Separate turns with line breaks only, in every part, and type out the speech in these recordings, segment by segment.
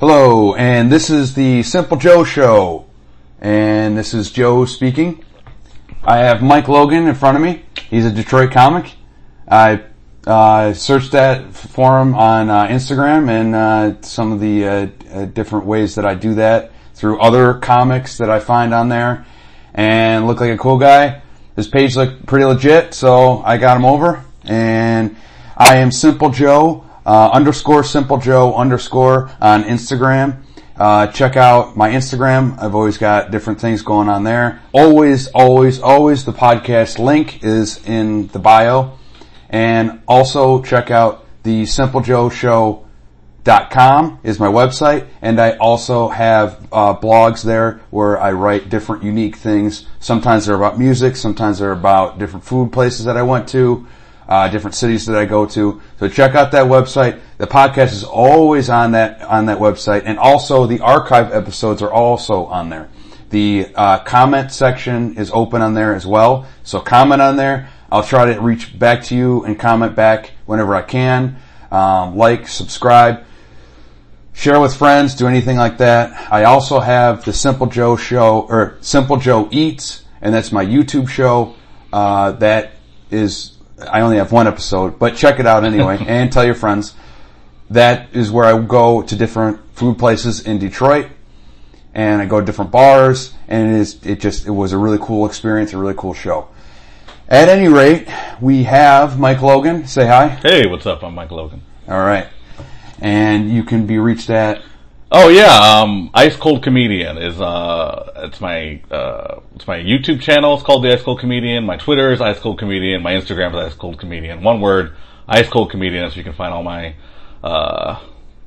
Hello, and this is the Simple Joe Show, and this is Joe speaking. I have Mike Logan in front of me. He's a Detroit comic. I uh, searched that f- for him on uh, Instagram and uh, some of the uh, uh, different ways that I do that through other comics that I find on there, and look like a cool guy. His page looked pretty legit, so I got him over. And I am Simple Joe uh, underscore Simple Joe underscore on Instagram. Uh, check out my Instagram. I've always got different things going on there. Always, always, always the podcast link is in the bio. And also check out the Simple Joe Show com is my website and i also have uh, blogs there where i write different unique things sometimes they're about music sometimes they're about different food places that i went to uh, different cities that i go to so check out that website the podcast is always on that on that website and also the archive episodes are also on there the uh, comment section is open on there as well so comment on there i'll try to reach back to you and comment back whenever i can um, like subscribe share with friends, do anything like that. I also have the Simple Joe show or Simple Joe Eats, and that's my YouTube show. Uh, that is, I only have one episode, but check it out anyway and tell your friends. That is where I go to different food places in Detroit and I go to different bars and it is, it just, it was a really cool experience, a really cool show. At any rate, we have Mike Logan. Say hi.
Hey, what's up? I'm Mike Logan.
All right. And you can be reached at
Oh yeah, um, Ice Cold Comedian is uh, it's my uh, it's my YouTube channel. It's called the Ice Cold Comedian. My Twitter is Ice Cold Comedian. My Instagram is Ice Cold Comedian. One word, Ice Cold Comedian. So you can find all my uh,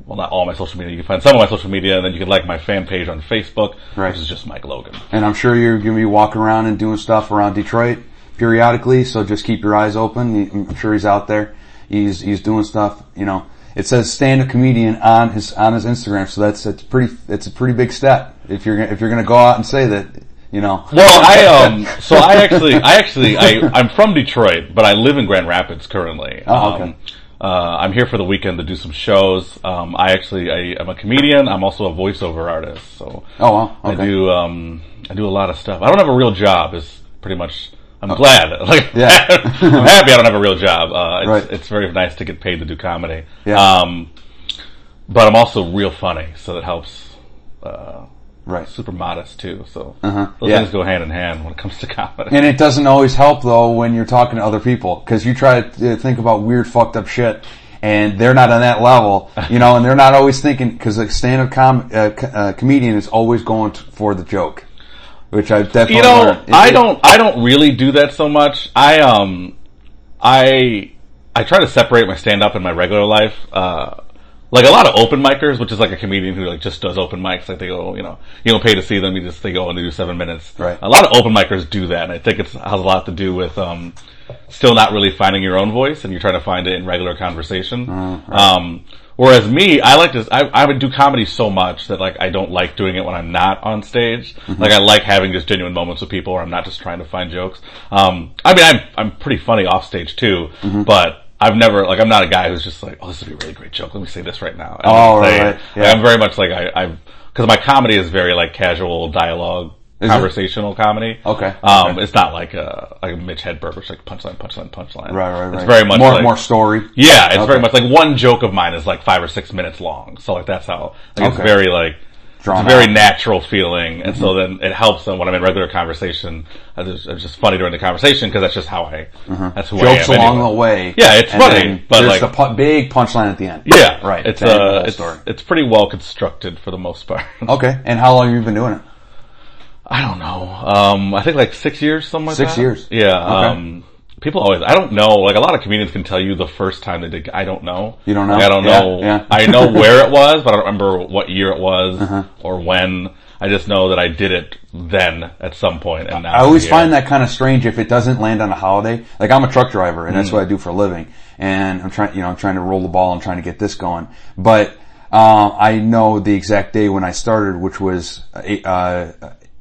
well, not all my social media. You can find some of my social media, and then you can like my fan page on Facebook,
Right.
which is just Mike Logan.
and I'm sure you're going to be walking around and doing stuff around Detroit periodically. So just keep your eyes open. He- I'm sure he's out there. He's he's doing stuff. You know, it says stand-up comedian on his on his Instagram. So that's that's pretty. It's a pretty big step if you're gonna- if you're going to go out and say that. You know,
Well, I um, so I actually, I actually, I I'm from Detroit, but I live in Grand Rapids currently.
Oh, okay.
Um, uh, I'm here for the weekend to do some shows. Um, I actually, I am a comedian. I'm also a voiceover artist. So
Oh, wow. Okay.
I do, um, I do a lot of stuff. I don't have a real job. Is pretty much. I'm glad. Like,
Oh. Yeah.
I'm happy. I don't have a real job. Uh, it's,
Right.
it's very nice to get paid to do comedy.
Yeah.
Um, but I'm also real funny, so that helps. Uh,
right.
super modest too. So those
Uh-huh. Yeah.
things go hand in hand when it comes to comedy.
And it doesn't always help though when you're talking to other people because you try to uh, think about weird fucked up shit and they're not on that level, you know, and they're not always thinking because a stand-up com- uh, co- uh, comedian is always going t- for the joke, which I definitely
you know,
learned. It-
I
it-
don't, I don't really do that so much. I um, I I try to separate my stand up and my regular life. Uh, like a lot of open micers, which is like a comedian who like just does open mics. Like they go, you know, you don't pay to see them. You just they go and they do seven minutes.
Right.
A lot of open micers do that, and I think it's has a lot to do with um, still not really finding your own voice, and you're trying to find it in regular conversation.
Uh,
Um, whereas me, I like to, I, I would do comedy so much that like I don't like doing it when I'm not on stage.
Mm-hmm.
Like I like having just genuine moments with people, where I'm not just trying to find jokes. Um, I mean, I'm I'm pretty funny off stage too,
Mm-hmm.
but. I've never like I'm not a guy who's just like oh this would be a really great joke let me say this right now I
Oh,
don't
right,
say it.
right.
Like,
Yeah.
I'm very much like I I've because my comedy is very like casual dialogue
it?
conversational comedy
Okay.
um, it's not like a like a Mitch Hedberg, which is like punchline, punchline, punchline.
Right, right, right.
It's very much
more
like,
more story.
Yeah, it's
Okay.
very much like one joke of mine is like five or six minutes long. So like that's how like it's
Okay.
very like
Drawn
it's a very
out. Mm-hmm.
natural feeling, and so then it helps. And when I'm in regular conversation, I just- it's just funny during the conversation because that's just how I. That's who
Mm-hmm. Jokes
I am
along
anyway.
the way.
Yeah, it's
and
funny,
then
but,
there's
like-
the pu- big punchline at the end.
Yeah,
right.
It's
Then the whole
uh, it's,
story.
it's pretty well constructed for the most part.
Okay, and how long have you been doing it?
I don't know. Um, I think like six years, something like
Six
that.
years.
Yeah. Um, people always, I don't know. Like a lot of comedians can tell you the first time they did. I don't know.
You don't know?
Like, I don't
Yeah,
know.
yeah.
I know where it was, but I don't remember what year it was
Uh-huh.
or when. I just know that I did it then at some point, and now
I always find that kind of strange if it doesn't land on a holiday. Like I'm a truck driver and
Mm.
that's what I do for a living. And I'm trying, you know, I'm trying to roll the ball. I'm trying to get this going. But, um, I know the exact day when I started, which was, uh, A- uh,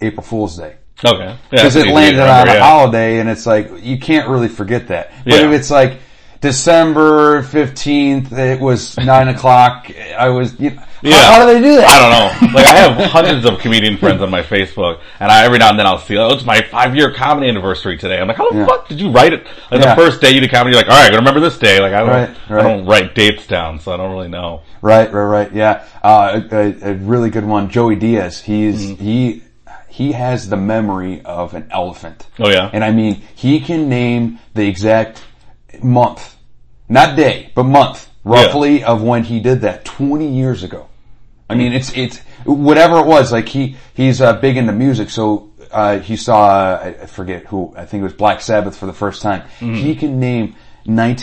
April Fool's Day.
okay
Cause
because
it landed on a
yeah.
holiday and it's like, you can't really forget that. But
Yeah.
if it's like, December 15th, it was 9 o'clock. I was, you know,
Yeah.
how, how do they do that?
I don't know. Like I have hundreds of comedian friends on my Facebook, and I every now and then I'll see, oh, it's my five year comedy anniversary today. I'm like, how the
Yeah.
fuck did you write it? Like
Yeah.
the first day you did comedy, you're like, all right, I gotta remember this day. Like I don't,
Right,
I
right.
don't write dates down, so I don't really know.
Right, right, right. Yeah, uh, a, a really good one. Joey Diaz. He's
Mm-hmm.
he he has the memory of an elephant,
Oh yeah,
and I mean he can name the exact month, not day, but month, roughly of when he did that twenty years ago. I mean, it's it's whatever it was. Like he he's uh, big into music, so uh, he saw uh, I- I forget who I think it was Black Sabbath for the first time.
Mm-hmm.
He can name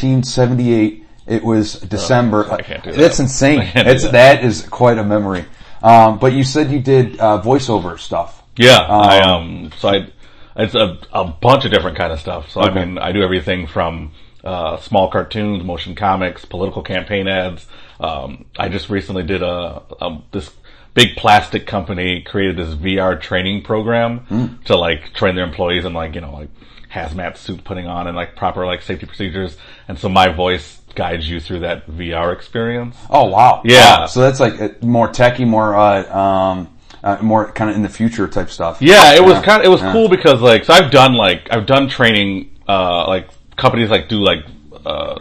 1978. It was December.
Oh, I can't do that.
That's insane.
I can't do
That's that is quite a memory. Um, but you said you did uh, voiceover stuff.
yeah. I um, so I, it's a a bunch of different kind of stuff. So
Okay.
I mean, I do everything from uh, small cartoons, motion comics, political campaign ads. Um, I just recently did a, a this big plastic company created this VR training program to like train their employees in like you know like hazmat suit putting on and like proper like safety procedures. And so my voice guides you through that VR experience.
Oh wow!
Yeah.
Wow. So that's like uh, more techie, more uh, um, uh, more kind of in the future type stuff.
Yeah, it was kind of it was cool because like so I've done like I've done training uh like companies like do like uh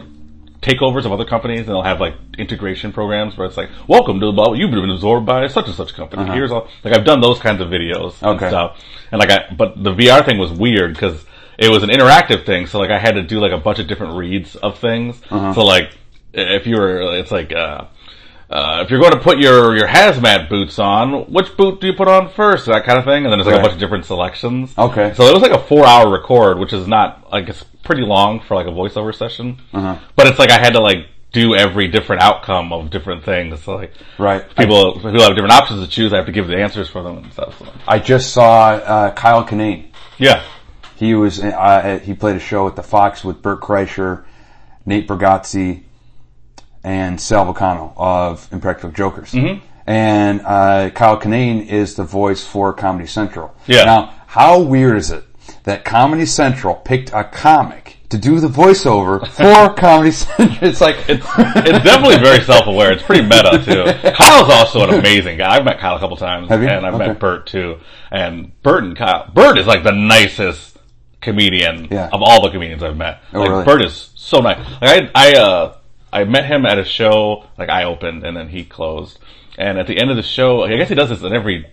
takeovers of other companies and they'll have like integration programs where it's like welcome to the blah you've been absorbed by such and such company here's all like I've done those kinds of videos
Okay.
and stuff and like I but the VR thing was weird because it was an interactive thing so like I had to do like a bunch of different reads of things
Uh-huh.
so like if you were it's like uh uh, if you're going to put your, your hazmat boots on, which boot do you put on first? That kind of thing. And then there's like
Right. Oh.
a bunch of different selections.
Okay.
So it was like a four hour record, which is not, like, it's pretty long for like a voiceover session.
Uh-huh.
But it's like I had to like do every different outcome of different things. So like,
Right.
people who have different options to choose, I have to give the answers for them and stuff. So,
I just saw uh, Kyle Kinane.
yeah.
He was uh, he played a show at the Fox with Burt Kreischer, Nate Bargatze, and Sal Vacano of Impractical Jokers.
Mm-hmm.
And uh, Kyle Kinane is the voice for Comedy Central.
Yeah.
Now, how weird is it that Comedy Central picked a comic to do the voiceover for Comedy Central? It's like
It's, it's definitely very self aware. It's pretty meta too. Kyle's also an amazing guy. I've met Kyle a couple times,
Have you?
and I've
Okay.
met Bert too. And Bert and Kyle, Bert is like the nicest comedian
Yeah. Oh,
of all the comedians I've met. like
really?
Bert is so nice. Like I, I, uh, I met him at a show. Like I opened, and then he closed. And at the end of the show, I guess he does this in every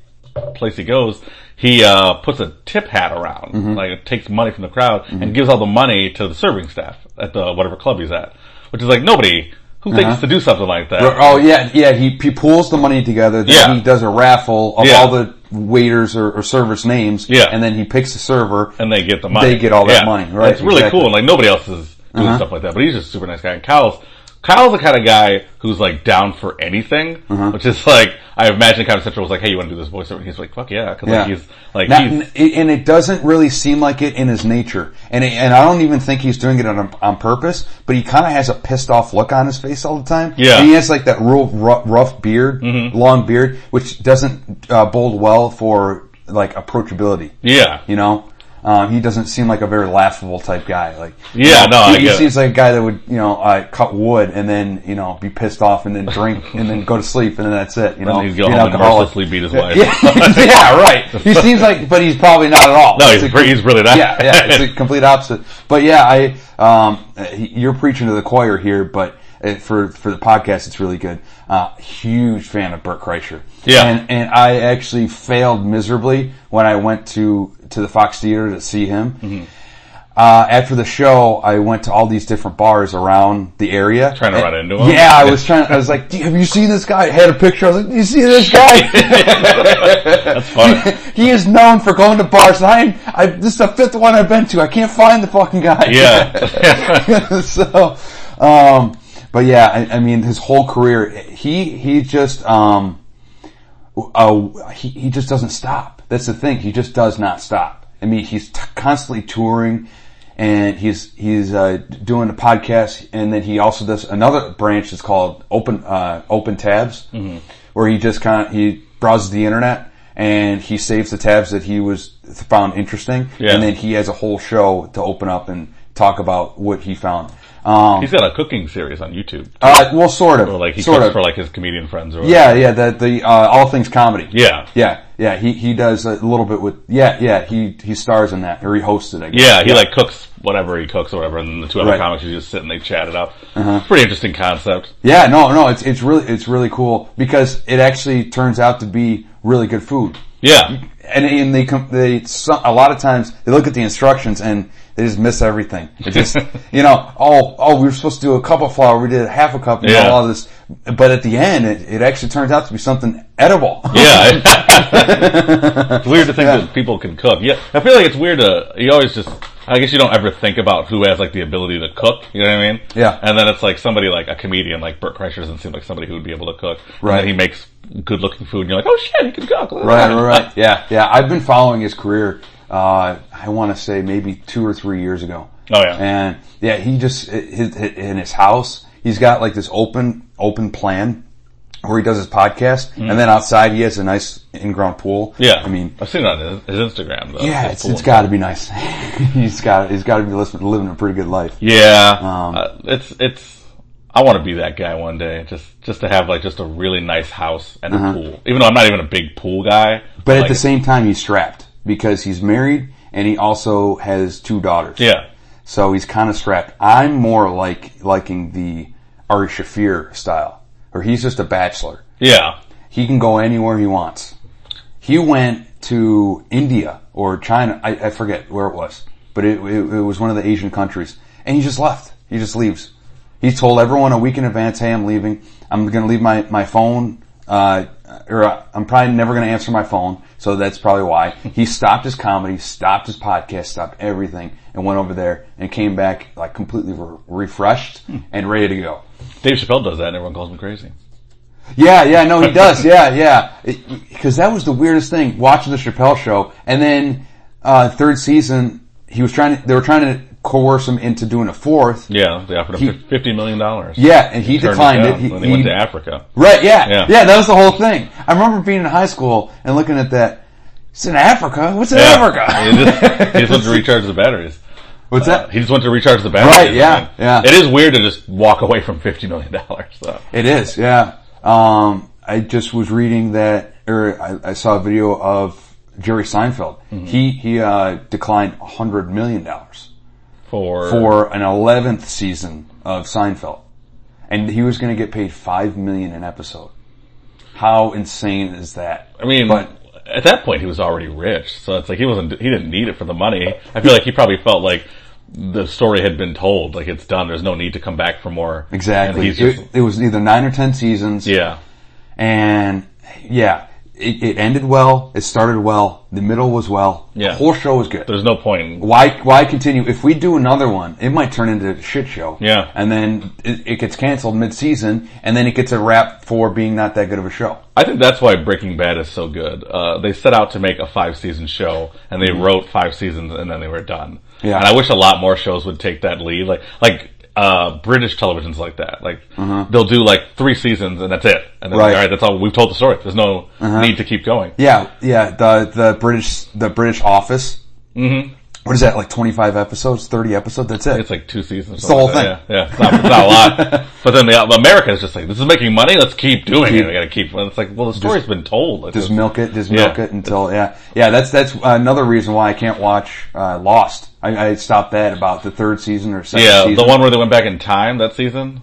place he goes. He uh, puts a tip hat around, like takes money from the crowd and gives all the money to the serving staff at the whatever club he's at, which is like nobody who thinks to do something like that.
Oh yeah, yeah. He, he pulls the money together. Then
Yeah.
he does a raffle of
Yeah.
all the waiters or, or servers' names.
Yeah.
and then he picks the server.
and they get the money.
They get all that money, right,
It's really
exactly. Uh-huh.
cool. Like nobody else is doing stuff like that. But he's just a super nice guy. And Kyle's Kyle's the kind of guy who's like down for anything,
Uh-huh.
which is like I imagine Comedy Central was like, "Hey, you want to do this voiceover?" And he's like, "Fuck yeah!" Because
Yeah.
like, he's like
Not-
he's
n- it- and it doesn't really seem like it in his nature, and it, and I don't even think he's doing it on on purpose. But he kind of has a pissed off look on his face all the time.
Yeah. Mm-hmm.
and he has like that real rough, rough beard, long beard, which doesn't uh, bode well for like approachability.
yeah.
You know, um, he doesn't seem like a very laughable type guy. Like,
Yeah,
you know,
no,
he,
I
he
get it.
seems like a guy that would, you know, uh, cut wood and then, you know, be pissed off and then drink and then go to sleep and then that's it. You know,
He's
Be
going
an
home and
alcoholic.
mercilessly beat his wife.
Yeah, yeah, right. He seems like, but he's probably not at all.
No,
It's
he's,
a-
re- he's really not.
yeah, yeah, it's the complete opposite. But yeah, I um, uh, you're preaching to the choir here, but uh, for for the podcast, it's really good. Uh, huge fan of Burt Kreischer.
Yeah.
and and I actually failed miserably when I went to to the Fox Theater to see him.
Mm-hmm.
Uh, after the show, I went to all these different bars around the area.
Trying to
And-
run into him?
Yeah, I was trying. I was like, "Do- "Have you seen this guy?" I had a picture. I was like, "You see this guy?"
That's funny.
he is known for going to bars, and I am. I, this is the fifth one I've been to. I can't find the fucking guy.
Yeah.
so, um, but yeah, I, I mean, his whole career, he he just um, uh, he he just doesn't stop. That's the thing. He just does not stop. I mean, he's t- constantly touring, and he's he's uh, doing a podcast, and then he also does another branch that's called Open uh, Open Tabs,
Mm-hmm.
where he just kind of he browses the internet. And he saves the tabs that he was found interesting,
Yeah.
and then he has a whole show to open up and talk about what he found. Um,
He's got a cooking series on YouTube.
uh, well, sort of,
So, Oh, like he
sort
cooks
of.
for like his comedian friends or
yeah, yeah. The the uh, all things comedy.
yeah,
yeah, yeah. He he does a little bit with. Yeah, yeah. He he stars in that, or he hosts it. I guess.
Yeah, He like cooks whatever he cooks or whatever, and then the two other
Right. Uh-huh.
comics you just sit and they chat it up. Pretty interesting concept.
Yeah, no, no, it's it's really it's really cool because it actually turns out to be really good food.
Yeah,
And and they com- they so- a lot of times they look at the instructions and they just miss everything. It's just you know, oh oh, we were supposed to do a cup of flour, we did half a cup, and
Yeah.
all of this. But at the end, it, it actually turns out to be something edible.
yeah. it's weird to think that people can cook. Yeah, I feel like it's weird to you always just. I guess you don't ever think about who has like the ability to cook. You know what I mean?
Yeah.
And then it's like somebody like a comedian like Burt Kreischer doesn't seem like somebody who would be able to cook. And
Right.
then he makes good looking food, and you're like, oh shit, he can cook.
Right, right, right. Yeah, yeah. I've been following his career. Uh, I want to say maybe two or three years ago.
Oh, yeah.
And yeah, he just his, his, in his house. He's got like this open open plan where he does his podcast, and then outside he has a nice in ground pool.
Hmm. Yeah.
I mean,
I've seen it on his, his Instagram though.
yeah,
His
it's,
pool
it's
and
got to be nice. he's got he's got to be living, living a pretty good life.
Yeah,
Um,
uh, it's it's. I want to be that guy one day, just just to have like just a really nice house and a pool. Even though I'm not even a big pool guy,
Uh-huh. But at
like,
the same time, he's strapped because he's married and he also has two daughters.
yeah,
So he's kind of strapped. I'm more like liking the Ari Shafir style, where he's just a bachelor.
yeah,
He can go anywhere he wants. He went to India or China. I, I forget where it was, but it, it, it was one of the Asian countries, and he just left. He just leaves. He told everyone a week in advance, "Hey, I'm leaving. I'm going to leave my my phone." Uh, or uh, I'm probably never going to answer my phone, so that's probably why he stopped his comedy, stopped his podcast, stopped everything, and went over there and came back like completely re- refreshed and ready to go.
Dave Chappelle does that, and everyone calls him crazy.
Yeah, yeah, no, he does. Yeah, yeah. Because that was the weirdest thing watching the Chappelle show, and then uh, third season, he was trying to. They were trying to coerce him into doing a fourth.
Yeah, they offered him fifty million dollars.
Yeah, and he,
Turned
declined it.
down
He,
when he went
he-
to Africa.
right? Yeah,
Yeah.
yeah, That was the whole thing. I remember being in high school and looking at that. It's in Africa. What's in
Yeah.
Africa?
he, just, he just went to recharge the batteries.
What's
Uh,
that?
he just went to recharge the batteries.
Right, yeah, yeah.
It is weird to just walk away from fifty million dollars. though.
It is, yeah. Um, I just was reading that, or I, I saw a video of Jerry Seinfeld.
Mm-hmm.
He he uh, declined a hundred million dollars
for
for an eleventh season of Seinfeld, and he was going to get paid five million an episode. How insane is that?
I mean,
But-
at that point, he was already rich, so it's like he wasn't. He didn't need it for the money. I feel like he probably felt like the story had been told, like it's done. There's no need to come back for more. And
Exactly.
he's just,
It, it was either nine or ten seasons.
yeah,
And yeah, it, it ended well. It started well. The middle was well.
Yeah.
The whole show was good.
there's no point. In,
why why continue? If we do another one, it might turn into a shit show.
Yeah.
And then it, it gets canceled mid season, and then it gets a rap for being not that good of a show.
I think that's why Breaking Bad is so good. Uh, they set out to make a five season show, and they wrote five seasons, and then they were done.
Mm-hmm. Yeah.
And I wish a lot more shows would take that lead, like like. Uh, British television's like that. Like, they'll do like three seasons and that's it. And then,
Uh-huh. Right. Uh-huh.
alright, that's all, we've told the story. There's no need to keep going.
Yeah, yeah. The the British the British Office. Mm-hmm. is that like twenty five episodes, thirty episodes? That's it.
It's like two seasons. It's
the whole
Yeah, yeah. It's, not, it's not a lot. But then the, America is just like, this is making money. Let's keep doing it. We got to keep. Well, it's like, well, the story's been told. Like,
just
this-
milk it, just
Yeah.
milk it until yeah, yeah. That's that's another reason why I can't watch uh, Lost. I, I stopped that about the third season or second
yeah,
season.
the one where they went back in time that season,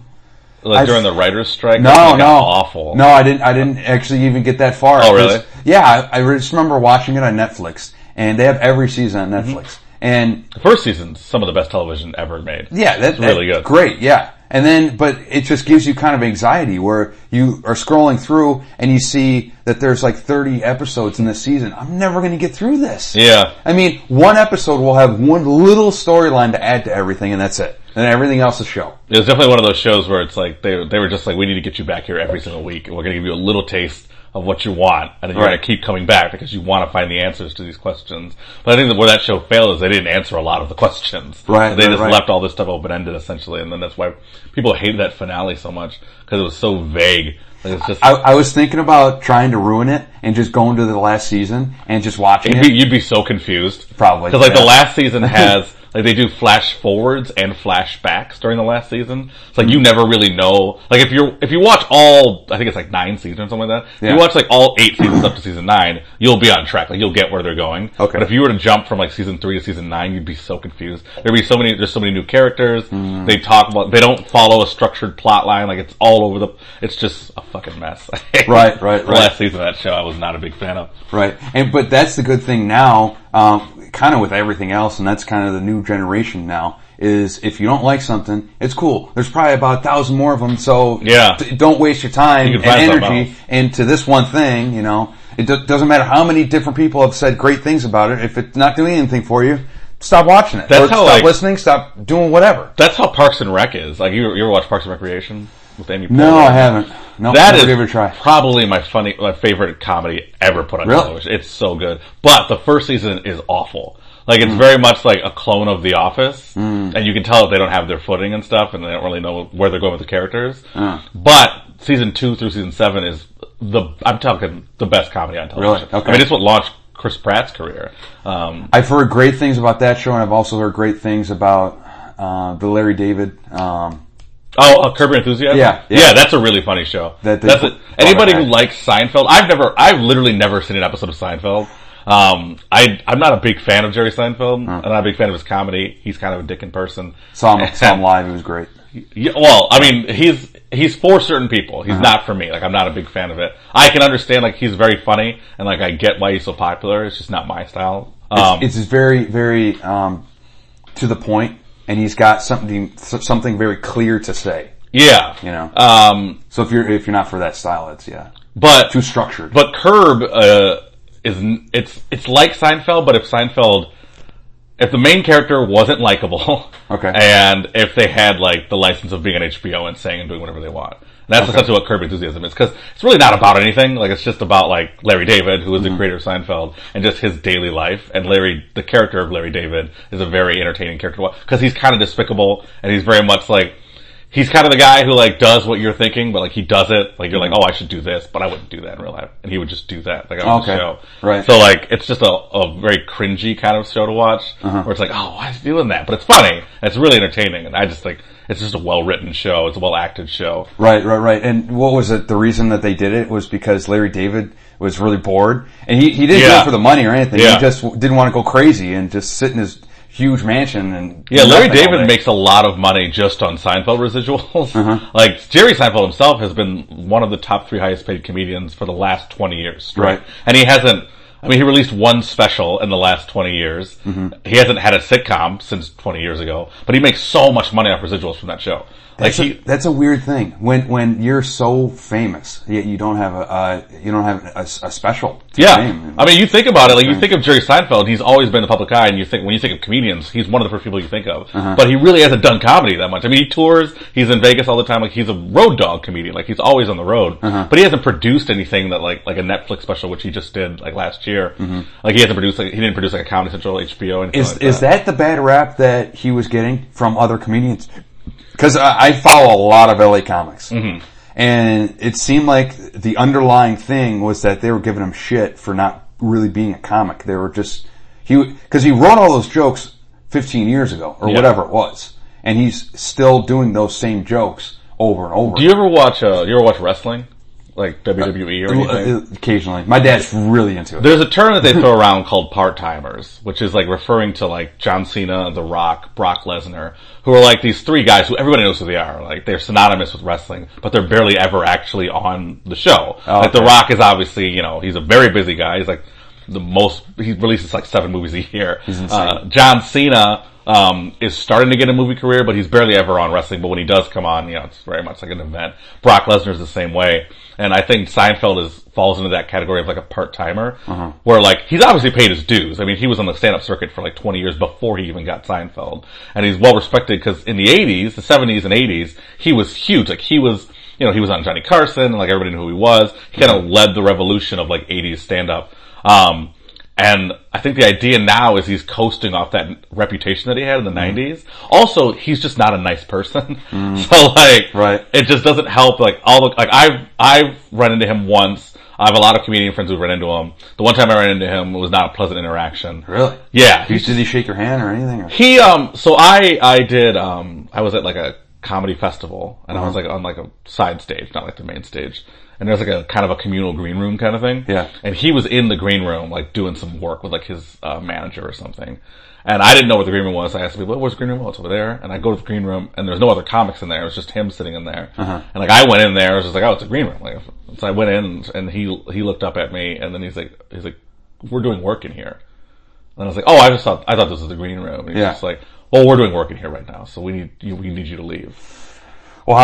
like
I've-
during the writers' strike.
No,
that got
no,
awful.
No, I didn't. I didn't actually even get that far.
Oh, really?
Because- Yeah, I, I just remember watching it on Netflix, and they have every season on Netflix.
Mm-hmm.
And
the first season's some of the best television ever made.
yeah, that's
really good.
Great, yeah. And then, but it just gives you kind of anxiety where you are scrolling through and you see that there's like 30 episodes in this season. I'm never going to get through this.
Yeah.
I mean, one episode will have one little storyline to add to everything, and that's it. And everything else is show.
It was definitely one of those shows where it's like they they were just like, we need to get you back here every single week, and we're going to give you a little taste of what you want, and then you're going
Right.
to keep coming back because you want to find the answers to these questions. But I think that where that show failed is they didn't answer a lot of the questions.
Right,
They
right,
just
right.
left all this stuff open ended essentially, and then that's why people hated that finale so much because it was so vague. Like, it's just
I, I was thinking about trying to ruin it and just going to the last season and just watching
you'd
it.
be, you'd be so confused
Probably,
because like
yeah.
the last season has Like they do flash forwards and flashbacks during the last season. It's like
Mm-hmm.
you never really know. Like if you're if you watch all, I think it's like nine seasons or something like that. If
Yeah.
you watch like all eight seasons up to season nine, you'll be on track. Like you'll get where they're going.
Okay.
But if you were to jump from like season three to season nine, you'd be so confused. There'd be so many. There's so many new characters.
Mm.
They talk about. They don't follow a structured plot line. Like it's all over the. It's just a fucking mess.
Right, right,
The
right.
Last season of that show, I was not a big fan of.
Right, and but that's the good thing now, um, kind of with everything else, and that's kind of the new generation now. Is if you don't like something, it's cool. There's probably about a thousand more of them, so
Yeah.
d- don't waste your time
You
and
can find something
energy into this one thing. You know, it do- doesn't matter how many different people have said great things about it. If it's not doing anything for you, stop watching it.
That's
or
how,
stop
like-
listening. Stop doing whatever.
That's how Parks and Rec is. Like you, you ever watch Parks and Recreation with Amy?
No,
Poehler?
I haven't. No,
That
never
is
give it a try.
probably my funny, my favorite comedy ever put on
Really?
television. It's so good, but the first season is awful. Like
Mm.
it's very much like a clone of The Office, and you can tell that they don't have their footing and stuff, and they don't really know where they're going with the characters.
Uh.
But season two through season seven is the I'm talking the best comedy on television.
Really? Okay.
I mean, it's what launched Chris Pratt's career. Um,
I've heard great things about that show, and I've also heard great things about uh, the Larry David. Um,
Oh, uh, Curb Your Enthusiasm.
Yeah, yeah.
yeah, that's a really funny show.
That they
that's
put-
it. anybody
brought it
who likes Seinfeld. I've never, I've literally never seen an episode of Seinfeld. Um, I, I'm not a big fan of Jerry Seinfeld. I'm not a big fan of his comedy. He's kind of a dick in person.
Saw him, saw him live. It was great.
Yeah, well, I mean, he's he's for certain people.
Uh-huh.
He's not for me. Like, I'm not a big fan of it. I can understand. Like, he's very funny, and like, I get why he's so popular. It's just not my style. Um,
It's just very, very um, to the point, and he's got something something very clear to say.
yeah,
You know.
Um,
So if you're if you're not for that style, it's yeah
but
too structured.
But Curb uh, is n- it's it's like Seinfeld, but if Seinfeld, if the main character wasn't likable,
Okay.
and if they had like the license of being on HBO and saying and doing whatever they want, that's essentially what Curb Enthusiasm is because it's really not about anything. Like it's just about like Larry David, who is the creator of Seinfeld, and just his daily life. And Larry, the character of Larry David, is a very entertaining character because he's kind of despicable and he's very much like he's kind of the guy who like does what you're thinking, but like he does it. Like you're like, oh, I should do this, but I wouldn't do that in real life, and he would just do that. Like on
Okay.
the show,
Right.
So like it's just a, a very cringy kind of show to watch,
Uh-huh.
where it's like, oh, why is he doing that? But it's funny. It's really entertaining, and I just like it's just a well written show. It's a well acted show.
Right, right, right. And what was it? The reason that they did it was because Larry David was really bored, and he, he didn't do
Yeah.
it for the money or anything.
Yeah.
He just w- didn't want to go crazy and just sit in his huge mansion and
Yeah,
do nothing
Larry
all day.
David makes a lot of money just on Seinfeld residuals.
Uh-huh.
like Jerry Seinfeld himself has been one of the top three highest paid comedians for the last twenty years, straight.
Right.
And he hasn't. I mean, he released one special in the last twenty years.
Mm-hmm.
He hasn't had a sitcom since twenty years ago, but he makes so much money off residuals from that show. Like
That's,
he,
a, that's a weird thing when when you're so famous yet you don't have a uh, you don't have a, a special to your
yeah.
name.
I mean, you think about it. Like you think of Jerry Seinfeld, he's always been the public eye, and you think when you think of comedians, he's one of the first people you think of.
Uh-huh.
But he really hasn't done comedy that much. I mean, he tours. He's in Vegas all the time. Like he's a road dog comedian. Like he's always on the road.
Uh-huh.
But he hasn't produced anything that like like a Netflix special, which he just did like last year. Like he hasn't produced. Like, he didn't produce like a Comedy Central, HBO,
Mm-hmm.
anything
Is
like uh,
is that the bad rap that he was getting from other comedians? Because I, I follow a lot of LA comics,
Mm-hmm.
and it seemed like the underlying thing was that they were giving him shit for not really being a comic. They were just he because he wrote all those jokes 15 years ago or
Yeah.
whatever it was, and he's still doing those same jokes over and over.
Do you ever watch? Uh, you ever watch wrestling, like WWE or anything?
Uh, Occasionally, my dad's really into it.
There's a term that they throw around called part timers, which is like referring to like John Cena, The Rock, Brock Lesnar, who are like these three guys who everybody knows who they are. Like they're synonymous with wrestling, but they're barely ever actually on the show. like The
okay.
Rock is obviously, you know, he's a very busy guy. He's like the most, he releases like seven movies a year. Uh, John Cena, um, is starting to get a movie career, but he's barely ever on wrestling. But when he does come on, you know, it's very much like an event. Brock Lesnar's the same way. And I think Seinfeld is, falls into that category of like a part timer, where like, he's obviously paid his dues. I mean, he was on the stand up circuit for like 20 years before he even got Seinfeld. And he's well respected because in the 80s, the 70s and 80s, he was huge. Like he was, you know, he was on Johnny Carson and like everybody knew who he was. He kind of led the revolution of like 80s stand up. Um, and I think the idea now is he's coasting off that reputation that he had in the
Mm-hmm.
90s. Also, he's just not a nice person. So like,
Mm. Right.
it just doesn't help. Like all the, like I've, I've run into him once I have a lot of comedian friends who've run into him. The one time I ran into him was not a pleasant interaction.
Really?
Yeah,
Did he, did he shake your hand or anything? Or?
He um so I I did um I was at like a comedy festival and I was like on like a side stage, not like the main stage. And there's like a kind of a communal green room kind of thing.
Yeah.
And he was in the green room like doing some work with like his uh, manager or something. And I didn't know what the green room was. I asked people, "Where's the green room?" "Well, it's over there." And I go to the green room, and there's no other comics in there. It was just him sitting in there. And like I went in there, I was just like, "Oh, it's a green room." Like, so I went in, and he he looked up at me, and then he's like, "He's like, we're doing work in here." And I was like, oh, I just thought, I thought this was the green room. And he's
Yeah.
just like, well, we're doing work in here right now, so we need, you, we need you to leave.
Wow.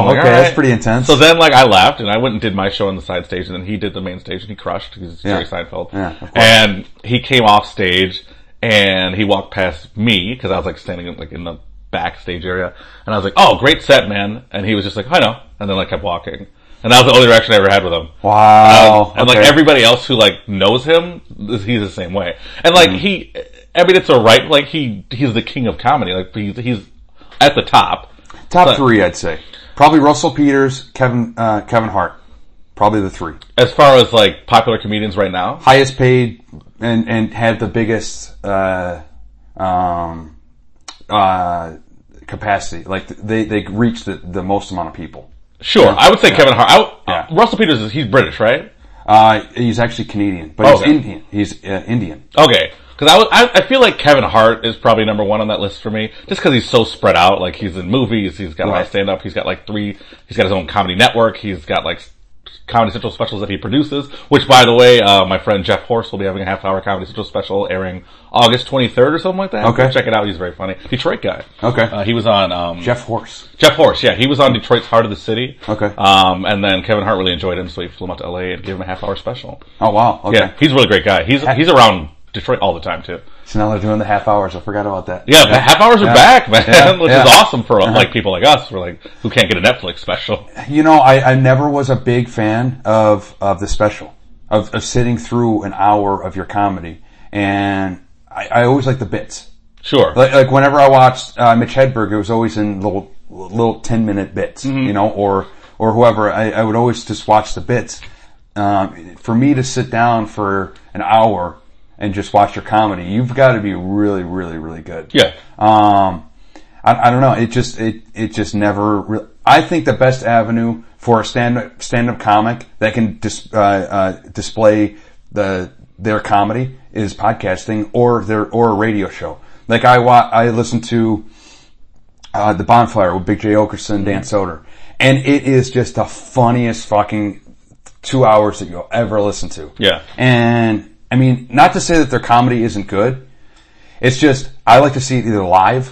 I'm like,
Oh, okay,
"All
that's
right."
pretty intense.
So then, like, I left and I went and did my show on the side stage, and then he did the main stage, and he crushed because it's Jerry Seinfeld.
Yeah, of course.
and he came off stage, and he walked past me because I was like standing like in the backstage area, and I was like, oh, great set, man. And he was just like, I know, and then like kept walking, and that was the only interaction I ever had with him.
wow.
Um, and like
Oh, okay.
everybody else who like knows him, th- he's the same way. And
Mm.
like he, I mean, it's a right. Like he, he's the king of comedy. Like he's he's at the top.
top three, I'd say probably Russell Peters, Kevin uh, Kevin Hart, probably the three
As far as like popular comedians right now,
highest paid and and have the biggest uh, um, uh, capacity. Like they they reach the, the most amount of people.
sure, I would say Kevin Hart. I w
Yeah.
uh, Russell Peters is he's British, right?
Uh, he's actually Canadian, but he's
Oh, Okay.
Indian. He's uh, Indian.
Okay, because I, was- I I feel like Kevin Hart is probably number one on that list for me, just because he's so spread out. Like he's in movies, he's got a lot of
Right.
stand up, he's got like three, he's got his own comedy network, he's got like s- Comedy Central specials that he produces. Which, by the way, uh, my friend Jeff Horst will be having a half hour Comedy Central special airing August twenty third or something like that.
Okay.
check it out. He's very funny. Detroit guy.
Okay.
uh, he was on um,
Jeff Horse.
Jeff Horst, yeah, he was on Detroit's Heart of the City.
Okay.
Um, and then Kevin Hart really enjoyed him, so he flew him out to LA and gave him a half hour special.
Oh wow. Okay.
Yeah, he's a really great guy. He's he's around Detroit all the time too.
So now they're doing the half hours. I forgot about that.
Yeah, the half hours are back, man,
Yeah.
which
Yeah.
is awesome for like people like us, we're like who can't get a Netflix special.
You know, I, I never was a big fan of of the special of, of sitting through an hour of your comedy, and I, I always like the bits.
Sure,
Like, like whenever I watched uh, Mitch Hedberg, it was always in little little ten minute bits, you know, or or whoever. I, I would always just watch the bits. Um, for me to sit down for an hour and just watch your comedy, you've got to be really, really, really good.
yeah,
Um, I, I don't know. It just it it just never. Re- I think the best avenue for a stand stand up comic that can dis, uh, uh, display the their comedy is podcasting or their or a radio show. Like I wa- I listen to uh, the bonfire with Big J Okerson, Dan
Mm-hmm.
Soder, and it is just the funniest fucking two hours that you'll ever listen to.
Yeah.
and I mean, not to say that their comedy isn't good. It's just I like to see it either live.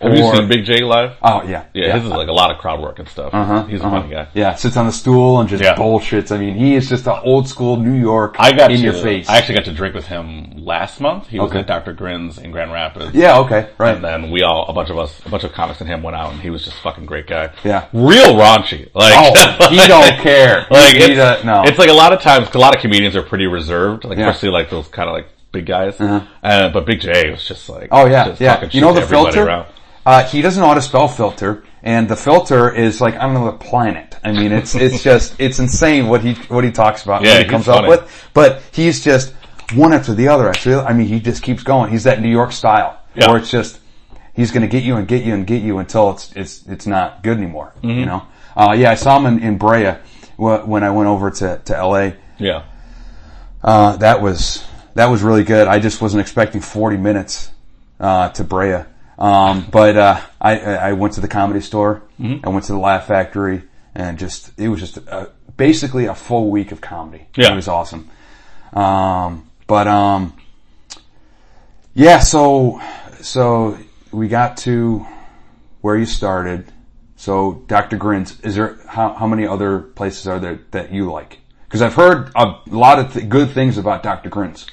have you
or-
seen Big J live?
Oh yeah, Uh-huh,
yeah, his is like a lot of crowd work and stuff. He's a funny guy.
Yeah, sits on the stool and just
Yeah.
bullshits. I mean, he is just an old school New York
I got
in
to-
your face.
I actually got to drink with him last month. He was
Okay.
at Dr. Grin's in Grand Rapids.
yeah, okay, right.
And then we all, a bunch of us, a bunch of comics and him went out and he was just a fucking great guy.
Yeah.
Real raunchy. Like,
Oh, he don't care.
Like,
He
it's,
don't- no.
it's like a lot of times, a lot of comedians are pretty reserved, like,
Yeah. Uh-huh.
especially like those kind of like big guys. Uh, but Big J was just like,
Oh yeah,
just
yeah.
talking
You
shit
know
to
the
everybody
filter.
around.
Uh, he doesn't know how to spell filter, and the filter is like on another planet. I mean, it's it's just it's insane what he what he talks about, and
Yeah,
what he
he's
comes up
funny.
with. But he's just one after the other. Actually, I mean, he just keeps going. He's that New York style,
Yeah.
where it's just he's going to get you and get you and get you until it's it's it's not good anymore.
Mm-hmm.
You know? Uh, yeah, I saw him in, in Brea wh- when I went over to to L.A.
Yeah.
Uh, that was that was really good. I just wasn't expecting 40 minutes uh, to Brea, um, but uh, I, I I went to the comedy store. I went to the Laugh Factory, and just it was just uh basically a full week of comedy.
Yeah.
it was awesome. Um, but um, yeah, so so we got to where you started. So Dr. Grins, is there how, how many other places are there that you like? Because I've heard a lot of th- good things about Dr. Grins.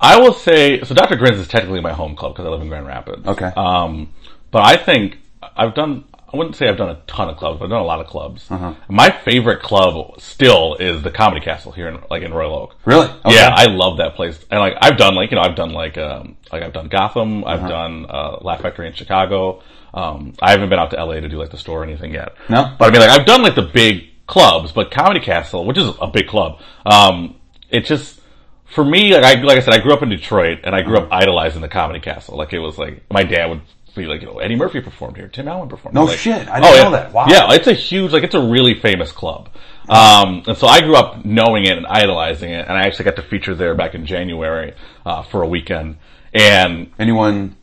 I will say so. Dr. Grin's is technically my home club because I live in Grand Rapids.
Okay.
Um, but I think I've done. I wouldn't say I've done a ton of clubs. But I've done a lot of clubs.
Uh-huh.
My favorite club still is the Comedy Castle here, in, like in Royal Oak.
Really? Okay.
Yeah, I love that place. And like I've done like you know I've done like um like I've done Gotham,
Uh-huh.
I've done uh, Laugh Factory in Chicago. Um, I haven't been out to LA to do like the store or anything yet.
No?
but I mean like I've done like the big clubs, but Comedy Castle, which is a big club, um, it just for me, like I, like I said, I grew up in Detroit, and I grew
Uh-huh.
up idolizing the Comedy Castle. Like it was like my dad would be like, "Oh, Eddie Murphy performed here, Tim Allen performed."
No
like,
Oh,
oh,
shit, I didn't
yeah.
know that. Wow.
Yeah, it's a huge, like it's a really famous club. Um, and so I grew up knowing it and idolizing it, and I actually got to feature there back in January uh, for a weekend, and
Anyone?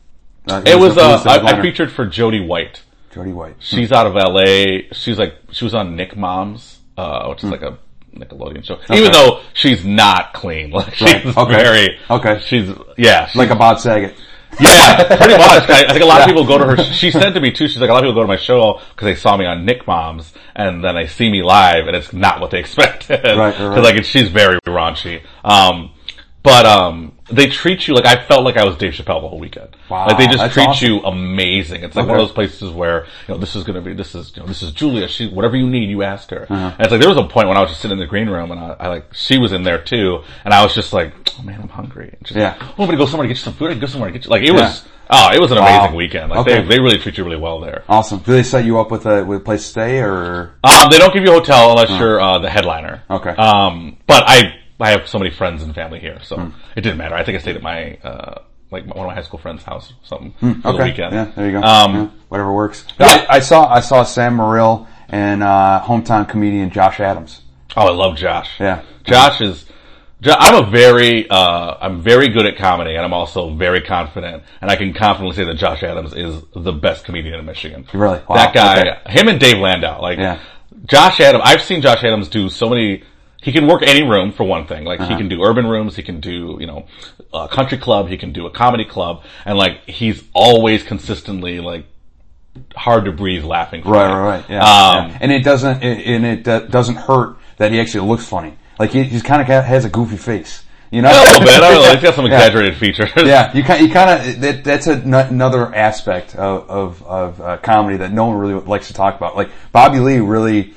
Uh,
it was
who
uh,
the Hmm.
I, I
headliner?
featured for Jody White.
Jody White.
She's out of LA. She's like she was on Nick Moms, uh, which is
Hmm.
like a Nickelodeon show. Even though she's not clean, like she's
Right. Okay.
very
Okay.
She's yeah, she's,
Like a Bob Saget.
yeah, pretty much. I, I think a lot of people go to her. She said to me too. She's like, a lot of people go to my show because they saw me on Nick Moms, and then they see me live, and it's not what they expected.
right, right.
Because like, she's very raunchy. Um, but um, they treat you like I felt like I was Dave Chappelle the whole weekend.
Wow,
like they just
that's
treat
awesome.
you amazing. It's like one
Okay.
of those places where you know this is gonna be this is you know this is Julia. She whatever you need, you ask her.
Uh-huh.
And it's like there was a point when I was just sitting in the green room, and I, I like she was in there too, and I was just like, oh man, I'm hungry. And she's
Yeah.
like, oh, I'm gonna go somewhere to get you some food. I can go somewhere to get you like it was. Oh, it was an amazing weekend. Like
Okay.
they, they really treat you really well there.
Awesome. Do they set you up with a with a place to stay or?
Um, they don't give you a hotel unless you're uh, the headliner.
Hmm. Okay.
Um, but I I have so many friends and family here, so
Hmm.
it didn't matter. I think I stayed at my uh, like one of my high school friends' house or something for the
Hmm. Okay.
weekend.
Yeah, there you go.
Um,
Yeah, whatever works.
yeah.
I, I saw I saw Sam Morrill and uh, hometown comedian Josh Adams.
Oh, I love Josh.
Yeah.
Josh is. Jo- I'm a very, uh, I'm very good at comedy, and I'm also very confident, and I can confidently say that Josh Adams is the best comedian in Michigan.
Really? Wow.
That guy,
Okay.
him and Dave Landau, like
Yeah.
Josh Adams. I've seen Josh Adams do so many. He can work any room for one thing.
Uh-huh.
Like he can do urban rooms, he can do you know a country club, he can do a comedy club, and like he's always consistently like hard to breathe laughing.
Right, right, right. Yeah,
Um,
yeah. and it doesn't it, and it do- doesn't hurt that he actually looks funny. Like he, he's kind of has a goofy face, you know.
A little bit. I don't know. He's got some exaggerated features.
Yeah, you kind you kind of that, that's a, n- another aspect of of, of uh, comedy that no one really likes to talk about. Like Bobby Lee really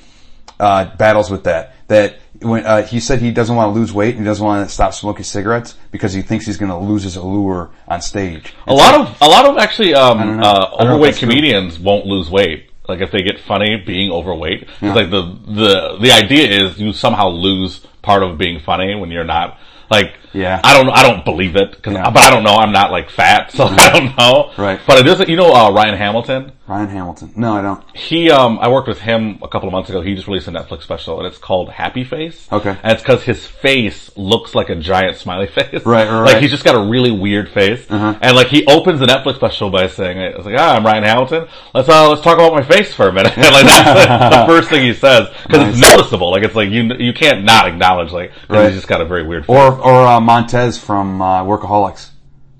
uh, battles with that. That when uh, he said he doesn't want to lose weight and he doesn't want to stop smoking cigarettes because he thinks he's going to lose his allure on stage.
A lot of a lot of actually um,
know. I
uh,
don't know if
overweight
that's true.
comedians won't lose weight. Like if they get funny being overweight, 'Cause, like the the the idea is you somehow lose part of being funny when you're not. Like
Yeah.
I don't I don't believe it 'cause-
Yeah.
but I don't know I'm not like fat so I don't know
Right.
but it doesn't you know uh, Ryan Hamilton
Ryan Hamilton. No, I don't.
he um I worked with him a couple of months ago. He just released a Netflix special and it's called Happy Face.
Okay.
And it's cause his face looks like a giant smiley
Right,
face.
right,
Like
right. Uh-huh.
he's just got a really weird face. And like he opens the Netflix special by saying, I was like, ah, I'm Ryan Hamilton. Let's uh let's talk about my face for a minute. And like that's the, the first thing he says. Cause it's noticeable. Like it's like you you can't not acknowledge like 'cause
Right.
he's just got a very weird face.
Or or uh, Montez from uh, Workaholics.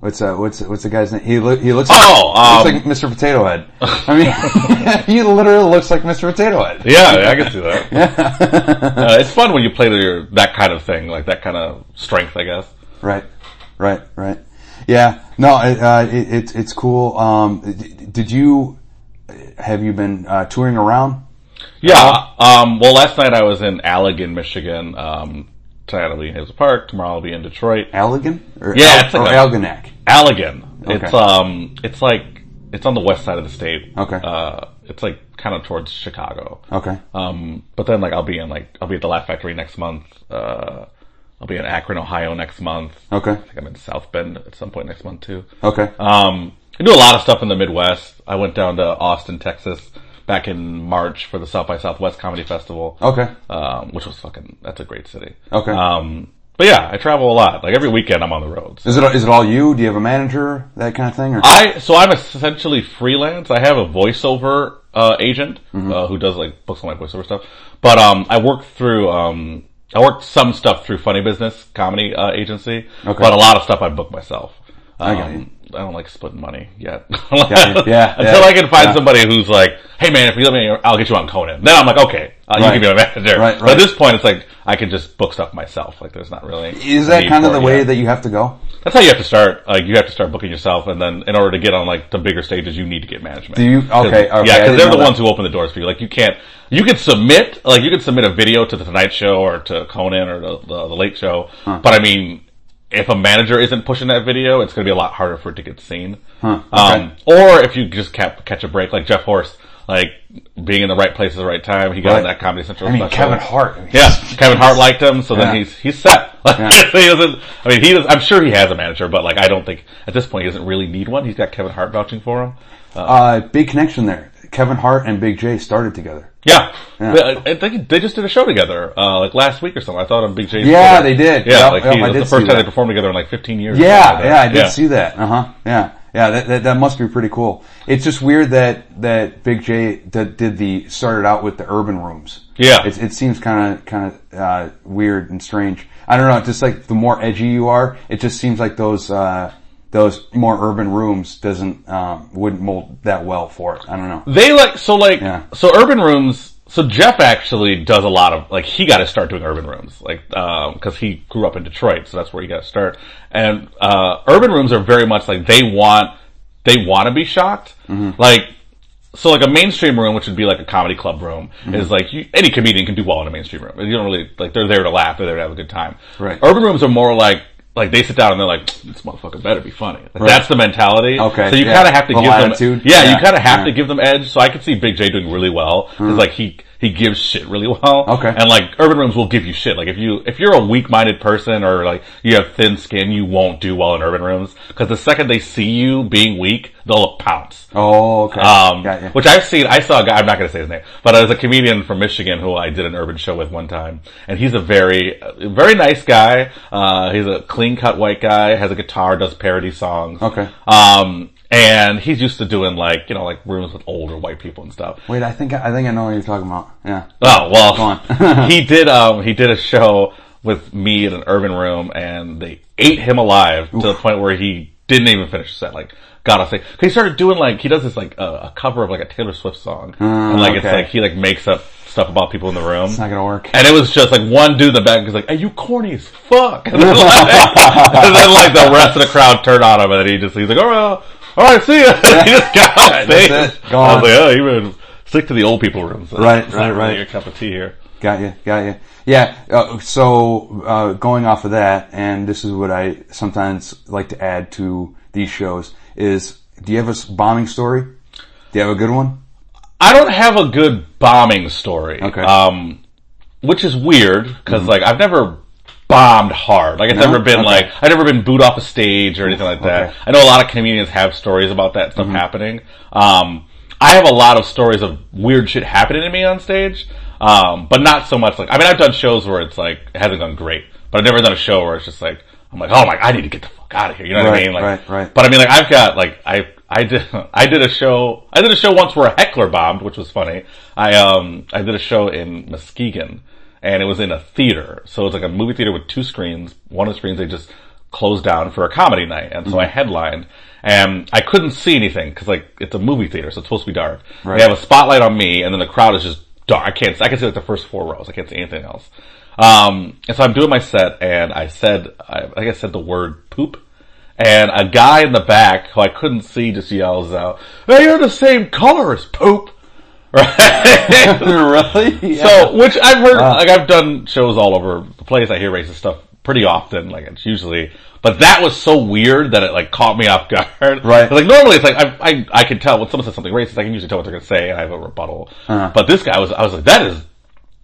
What's uh, what's what's the guy's name? He loo- he looks like,
Oh, um,
looks like Mr. Potato Head. I mean, he literally looks like Mr. Potato Head.
yeah, I can see that. uh, it's fun when you play to your that kind of thing, like that kind of strength, I guess.
Right, right, right. Yeah, no, it, uh, it, it's it's cool. Um, d- did you have you been uh, touring around?
Yeah. Um, well, last night I was in Allegan, Michigan. Um, tonight I'll be in Hazel Park. Tomorrow I'll be in Detroit.
Allegan or
Yeah,
Al-
it's like
or
a-
Algonac.
Allegan.
Okay.
It's um, it's like it's on the west side of the state.
Okay.
Uh, it's like kind of towards Chicago.
Okay,
Um, but then like I'll be in like I'll be at the Laugh Factory next month. Uh, I'll be in Akron, Ohio next month.
okay,
I think I'm in South Bend at some point next month too.
okay.
Um, I do a lot of stuff in the Midwest. I went down to Austin, Texas, back in March for the South by Southwest Comedy Festival.
Okay.
Um, which was fucking. That's a great city.
Okay.
Um, but yeah, I travel a lot. Like every weekend, I'm on the road. So
Is it is it all you? Do you have a manager? That kind of thing? Or?
I so I'm essentially freelance. I have a voiceover uh, agent
Mm-hmm.
uh, who does like books on my voiceover stuff. But um, I work through um, I work some stuff through Funny Business Comedy uh, Agency.
Okay.
But a lot of stuff I book myself.
I got
Um,
you.
I don't like splitting money yet.
you. Yeah,
Until
yeah,
I can find
yeah.
somebody who's like, "Hey man, if you let me, I'll get you on Conan." Then I'm like, "Okay, uh,
Right.
you can be my manager."
Right,
But
right.
at this point, it's like I can just book stuff myself. Like there's not really
is
need
that kind of
for
the
it
way
yet.
that you have to go?
That's how you have to start. Like you have to start booking yourself, and then in order to get on like the bigger stages, you need to get management.
Do you-
'Cause-
okay, okay, I
yeah,
didn't
because they're the
know that.
ones who open the doors for you. Like you can't. You can submit. Like you can submit a video to the Tonight Show or to Conan or the the, the Late Show. But I mean, if a manager isn't pushing that video, it's going to be a lot harder for it to get seen.
okay.
Um, or if you just cap, catch a break, like Jeff Horst. like being in the right place at the right time. He got
Right.
on that Comedy Central.
I mean,
special.
Kevin Hart. I mean,
Yeah, Kevin Hart liked him, so then
Yeah.
he's he's set. Like,
Yeah.
he doesn't. I mean, he does. I'm sure he has a manager, but like, I don't think at this point he doesn't really need one. He's got Kevin Hart vouching for him.
Uh, big connection there. Kevin Hart and Big J started together.
Yeah,
Yeah.
They- I think they just did a show together uh, like last week or something. I thought on Big J's.
Yeah,
Twitter.
they did.
Yeah,
Yep,
like
yep,
he,
I
that's
did
the first
see
time
that.
they performed together in like 15 years. or something
Yeah,
like that.
yeah, I did see that. Uh huh. Yeah, yeah, that, that that must be pretty cool. It's just weird that that Big J that did the started out with the urban rooms.
Yeah.
it, it seems kind of kind of uh, weird and strange. I don't know. Just like the more edgy you are, it just seems like those uh, those more urban rooms doesn't um, wouldn't mold that well for it. I don't know.
They like so like
Yeah.
so urban rooms. So Jeff actually does a lot of like he got to start doing urban rooms like because he grew up in Detroit, so that's where he got to start. And uh, urban rooms are very much like they want they want to be shocked.
Mm-hmm.
Like so like a mainstream room, which would be like a comedy club room,
Mm-hmm.
is like you, any comedian can do well in a mainstream room. You don't really like they're there to laugh, they're there to have a good time.
Right.
Urban rooms are more like. Like they sit down and they're like, "This motherfucker better be funny." Like, That's the mentality.
Okay,
So you
yeah.
kind of have to
The
give
latitude.
them. Yeah,
Yeah,
you kind of have
yeah.
to give them edge. So I could see Big J doing really well because like he he gives shit really well.
Okay.
and like urban rooms will give you shit. Like if you if you're a weak minded person or like you have thin skin, you won't do well in urban rooms because the second they see you being weak, they'll pounce.
Oh, okay.
Um,
Got ya.
which I've seen. I saw a guy. I'm not going to say his name, but there's a comedian from Michigan who I did an urban show with one time, and he's a very, a very nice guy. Uh, he's a clean cut white guy. Has a guitar, does parody songs.
Okay.
Um, and he's used to doing like you know like rooms with older white people and stuff.
Wait, I think I think I know what you're talking about. Yeah.
Oh
Go
well, he did. Um, he did a show with me in an urban room, and they ate him alive to the point where he didn't even finish the set. Like, God, I'll say 'cause he started doing like he does this like uh, a cover of like a Taylor Swift song, and like it's
Ah, okay.
like he like makes up stuff about people in the room.
It's not gonna work.
And it was just like one dude in the back was like, "Hey, you corny as fuck," and then, like, and then, like, the rest of the crowd turned on him, and he just he's like, "All right, all right, see ya." he just got off stage.
it. Go
I
on.
was like, "Oh, you been stick to the old people rooms."
Right,
It's
right,
not really
right.
Your cup of tea here.
Got you, got you. Yeah. Uh, so uh, going off of that, and this is what I sometimes like to add to these shows is: Do you have a s- bombing story? Do you have a good one?
I don't have a good bombing story.
Okay. Mm-hmm.
Um, which is weird because like I've never bombed hard. Like it's
No?
never been
Okay.
like I've never been booed off a stage or anything like that.
okay. Mm-hmm.
I know a lot of comedians have stories about that stuff happening. Um, I have a lot of stories of weird shit happening to me on stage. Um, but not so much like I mean I've done shows where it's like it hasn't gone great, but I've never done a show where it's just like I'm like oh my I need to get the fuck out of here. You know what
Right,
I mean? Like,
right, right.
But I mean, like I've got like I I did I did a show I did a show once where a heckler bombed, which was funny. I um I did a show in Muskegon, and it was in a theater, so it was like a movie theater with two screens. One of the screens they just closed down for a comedy night, and so I
Mm-hmm.
headlined, and I couldn't see anything because like it's a movie theater, so it's supposed to be dark.
Right.
They have a spotlight on me, and then the crowd is just dark. I can't I can see like the first four rows. I can't see anything else. Um, and so I'm doing my set, and I said I, I think I said the word poop. And a guy in the back who I couldn't see just yells out, Hey, you're the same color as poop. Right?
really?
so, which I've heard, like I've done shows all over the place. I hear racist stuff pretty often. Like it's usually, but that was so weird that it like caught me off guard.
Right.
Like normally it's like, I, I, I can tell when someone says something racist, I can usually tell what they're going to say and I have a rebuttal.
Uh-huh.
But this guy was, I was like, that is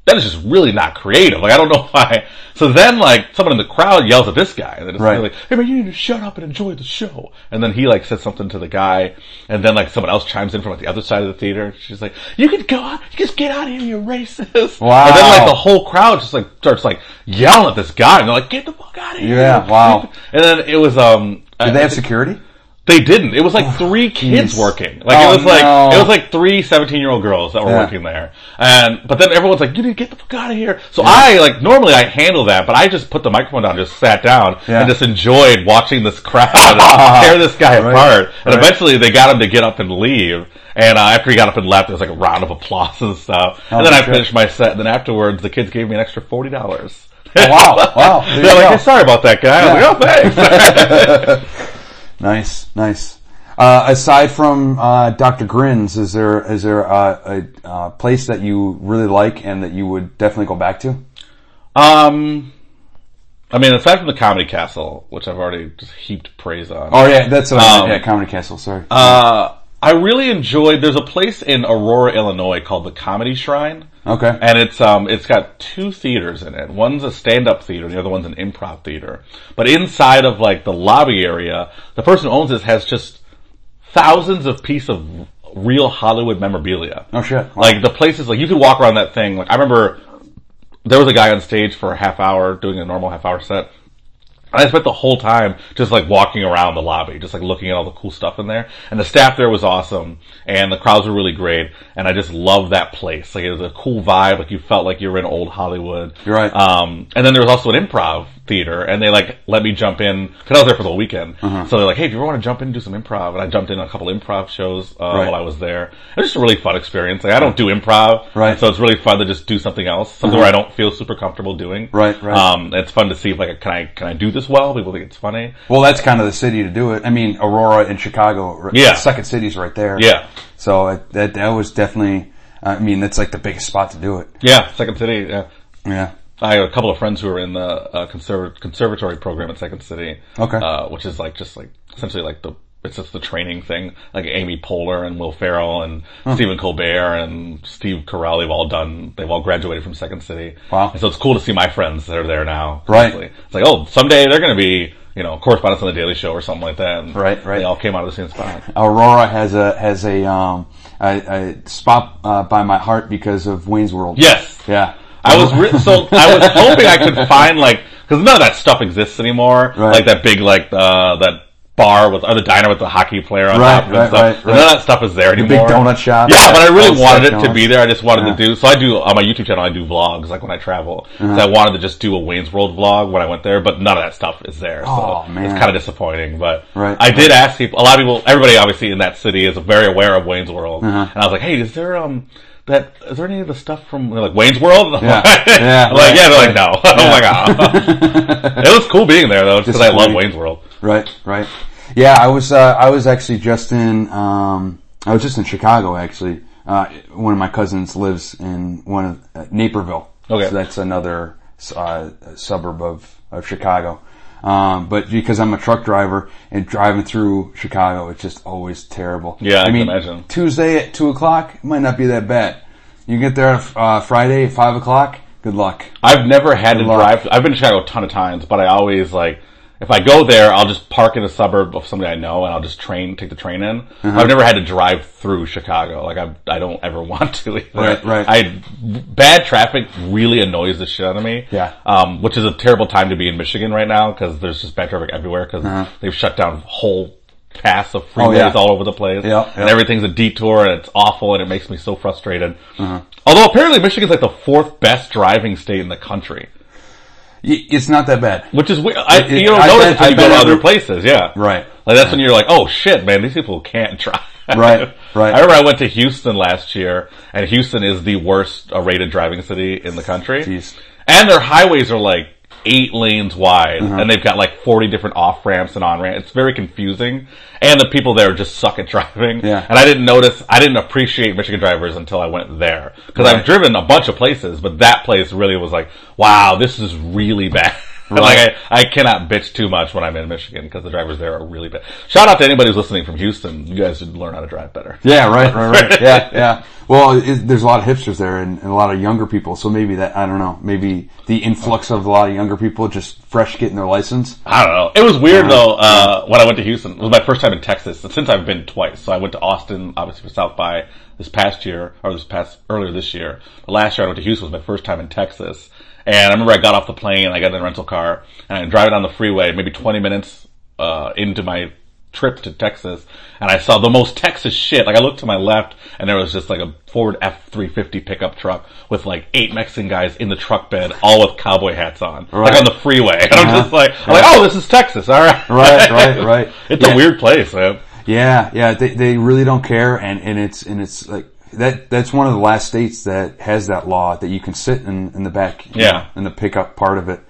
that is just really not creative. Like I don't know why. So then like someone in the crowd yells at this guy, and then it's
Right.
like, "Hey man, you need to shut up and enjoy the show." And then he like says something to the guy, and then like someone else chimes in from like the other side of the theater. She's like, "You can go out, just get out of here, you're racist."
Wow.
And then like the whole crowd just like starts like yelling at this guy, and they're like, "Get the fuck out of here!"
Yeah, wow.
And then it was um.
Do they have security?
They didn't. It was like three kids
geez.
working. Like
Oh,
it was like
no.
it was like three 17 year old girls that were
Yeah.
working there. And but then everyone's like, "You need to get the fuck out of here." So I like normally I handle that, but I just put the microphone down, just sat down,
Yeah.
and just enjoyed watching this crowd tear this guy
Right.
apart. And
Right.
eventually they got him to get up and leave. And uh, after he got up and left, there was like a round of applause and stuff. and then
my
I
God.
finished my set. And then afterwards, the kids gave me an extra forty dollars.
Oh, wow, wow. There
They're
you
like,
go.
"Hey, sorry about that guy." I was
Yeah.
like, "Oh, thanks."
Nice, nice. Uh, aside from uh, Dr. Grins, is there is there uh, a uh, place that you really like and that you would definitely go back to?
Um, I mean, aside from the Comedy Castle, which I've already just heaped praise on,
Um, Oh yeah, that's what I meant.
Um,
yeah, Comedy Castle. Sorry.
uh, I really enjoyed. There's a place in Aurora, Illinois called the Comedy Shrine,
Okay.
and it's um it's got two theaters in it. One's a stand-up theater, and the other one's an improv theater. But inside of like the lobby area, the person who owns this has just thousands of pieces of real Hollywood memorabilia.
oh shit.
Like the places, like you could walk around that thing. Like I remember there was a guy on stage for a half hour doing a normal half hour set. And I spent the whole time just like walking around the lobby, just like looking at all the cool stuff in there. And the staff there was awesome and the crowds were really great. And I just loved that place. Like it was a cool vibe. Like you felt like you were in old Hollywood.
You're right.
Um, and then there was also an improv theater and they like let me jump in because I was there for the whole weekend.
Uh-huh.
So they're like, Hey, if you ever want to jump in and do some improv? And I jumped in a couple improv shows, uh, while I was there. It was just a really fun experience. Like I don't do
Right.
improv.
Uh-huh.
So it's really fun to just do something else, something where I don't feel super comfortable doing.
Right, right.
Um, it's fun to see if like, can I can I do this well? People think it's funny.
well, that's kind of the city to do it. I mean, Aurora and Chicago. are-
Yeah.
Second cities right there.
Yeah,
So it, that that was definitely. uh, I mean, that's like the biggest spot to do it.
yeah. Second City. Yeah.
Yeah.
I have a couple of friends who are in the uh, conserv- conservatory program at Second City.
Okay.
Uh, which is like just like essentially like the it's just the training thing. Like Amy Poehler and Will Ferrell and Stephen Colbert and Steve Carell. They've all done. They've all graduated from Second City.
Wow.
And so it's cool to see my friends that are there now.
Right.
Honestly. It's like oh, someday they're going to be you know correspondents on the Daily Show or something like that. And
Right, right.
They all came out of the same spot.
Aurora has a has a um a, a spot uh, by my heart because of Wayne's World.
Yes.
Yeah.
I was re- so I was hoping I could find like because none of that stuff exists anymore.
Right.
Like that big like uh, that bar with or the diner with the hockey player on
Right,
top and
right,
stuff.
right,
None
right.
of that stuff is there
Big
anymore.
donut shop.
Yeah, but I really
Old
wanted it
stuff
to be
donuts.
there. I just wanted to do so. I do on my YouTube channel. I do vlogs like when I travel.
Uh-huh.
So I wanted to just do a Wayne's World vlog when I went there, but none of that stuff is there.
Oh,
so
man.
it's kind of disappointing. But
Right.
I did ask people. A lot of people, everybody obviously in that city is very aware of Wayne's World,
Uh-huh.
and I was like, hey, is there um. That is there any of the stuff from they're like Wayne's World?
Yeah. Yeah,
I'm like
right,
yeah, they're like no. oh my god, it was cool being there though because I love
Disappointing.
Wayne's World.
Right, right. Yeah, I was uh, I was actually just in um, I was just in Chicago actually. Uh, one of my cousins lives in one of uh, Naperville.
Okay.
so that's another uh, suburb of of Chicago. Um, but because I'm a truck driver and driving through Chicago, it's just always terrible.
Yeah, I
I
can
mean
imagine.
Tuesday at two o'clock it might not be that bad. You get there uh, Friday at five o'clock. Good luck.
I've never had to
luck.
drive. I've been to Chicago a ton of times, but I always like if I go there, I'll just park in a suburb of somebody I know, and I'll just train, take the train in.
Uh-huh.
I've never had to drive through Chicago. Like I, I don't ever want to. Either.
Right, right.
I bad traffic really annoys the shit out of me.
Yeah.
Um, which is a terrible time to be in Michigan right now because there's just bad traffic everywhere because they've shut down whole paths of freeways
Uh-huh. Oh, yeah.
all over the place.
Yeah,
and
yeah.
everything's a detour and it's awful and it makes me so frustrated.
Uh-huh.
Although apparently Michigan's like the fourth best driving state in the country.
Y- It's not that bad.
Which is weird. I,
It- it-
you don't
I
notice
bet-
when
I
you go
bet
to
every-
other places, yeah.
Right.
Like that's when you're like, oh shit, man, these people can't drive.
Right, right.
I remember I went to Houston last year, and Houston is the worst uh, rated driving city in the country.
Jeez.
And their highways are like eight lanes wide,
Uh-huh.
and they've got like 40 different off ramps and on ramps. It's very confusing. And the people there just suck at driving.
Yeah.
And I didn't notice, I didn't appreciate Michigan drivers until I went there. Cause I've driven a bunch of places, but that place really was like, wow, this is really bad. like I, I cannot bitch too much when I'm in Michigan because the drivers there are really bad. Shout out to anybody who's listening from Houston. You guys should learn how to drive better.
Yeah, right, right, right. Yeah, yeah. Well, it, there's a lot of hipsters there and, and a lot of younger people, so maybe that, I don't know, maybe the influx of a lot of younger people just fresh getting their license.
I don't know. It was weird though, uh, when I went to Houston. It was my first time in Texas since I've been twice. So I went to Austin, obviously for South by this past year, or this past, earlier this year. But last year I went to Houston was my first time in Texas. And I remember I got off the plane and I got in a rental car and I'm driving on the freeway, maybe 20 minutes, uh, into my trip to Texas and I saw the most Texas shit. Like I looked to my left and there was just like a Ford F-350 pickup truck with like eight Mexican guys in the truck bed, all with cowboy hats on. Like
Right.
on the freeway. And I'm just like, I'm like, oh, this is Texas. All right.
Right, right, right.
it's a
Yeah. Oh,
weird place, man.
Yeah, yeah, they, they really don't care and, and it's, and it's like, that, that's one of the last states that has that law that you can sit in, in the back. you
Yeah.
know, In the pickup part of it.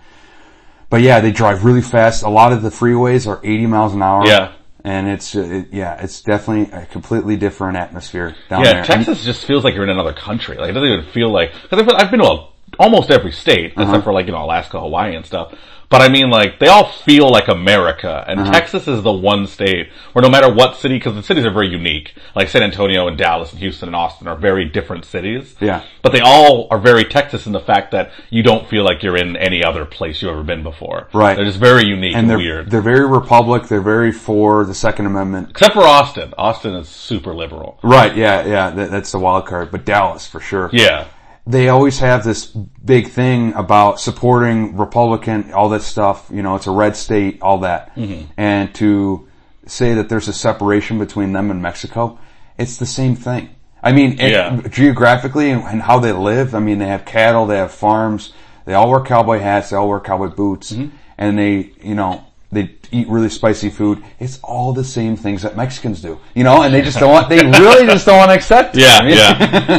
But yeah, they drive really fast. A lot of the freeways are 80 miles an hour.
Yeah.
And it's, uh, it, yeah, it's definitely a completely different atmosphere down
Yeah,
there.
Texas just feels like you're in another country. Like it doesn't even feel like because I've, I've been to a, almost every state,
Uh-huh.
except for like, you know, Alaska, Hawaii and stuff. But I mean, like, they all feel like America, and
Uh-huh.
Texas is the one state where no matter what city, because the cities are very unique, like San Antonio and Dallas and Houston and Austin are very different cities.
Yeah.
But they all are very Texas in the fact that you don't feel like you're in any other place you've ever been before.
Right.
They're just very unique and,
and they're
weird.
they're very republic. They're very for the Second Amendment.
Except for Austin. Austin is super liberal.
Right? Yeah, yeah. That, that's the wild card. But Dallas for sure.
Yeah.
They always have this big thing about supporting Republican, all that stuff. You know, it's a red state, all that,
Mm-hmm.
and to say that there's a separation between them and Mexico, it's the same thing. I mean, it-
Yeah.
geographically and, and how they live. I mean, they have cattle, they have farms, they all wear cowboy hats, they all wear cowboy boots,
Mm-hmm.
and they, you know, they eat really spicy food. It's all the same things that Mexicans do, you know, and they just don't want, they really just don't want to accept it.
Yeah,
I mean-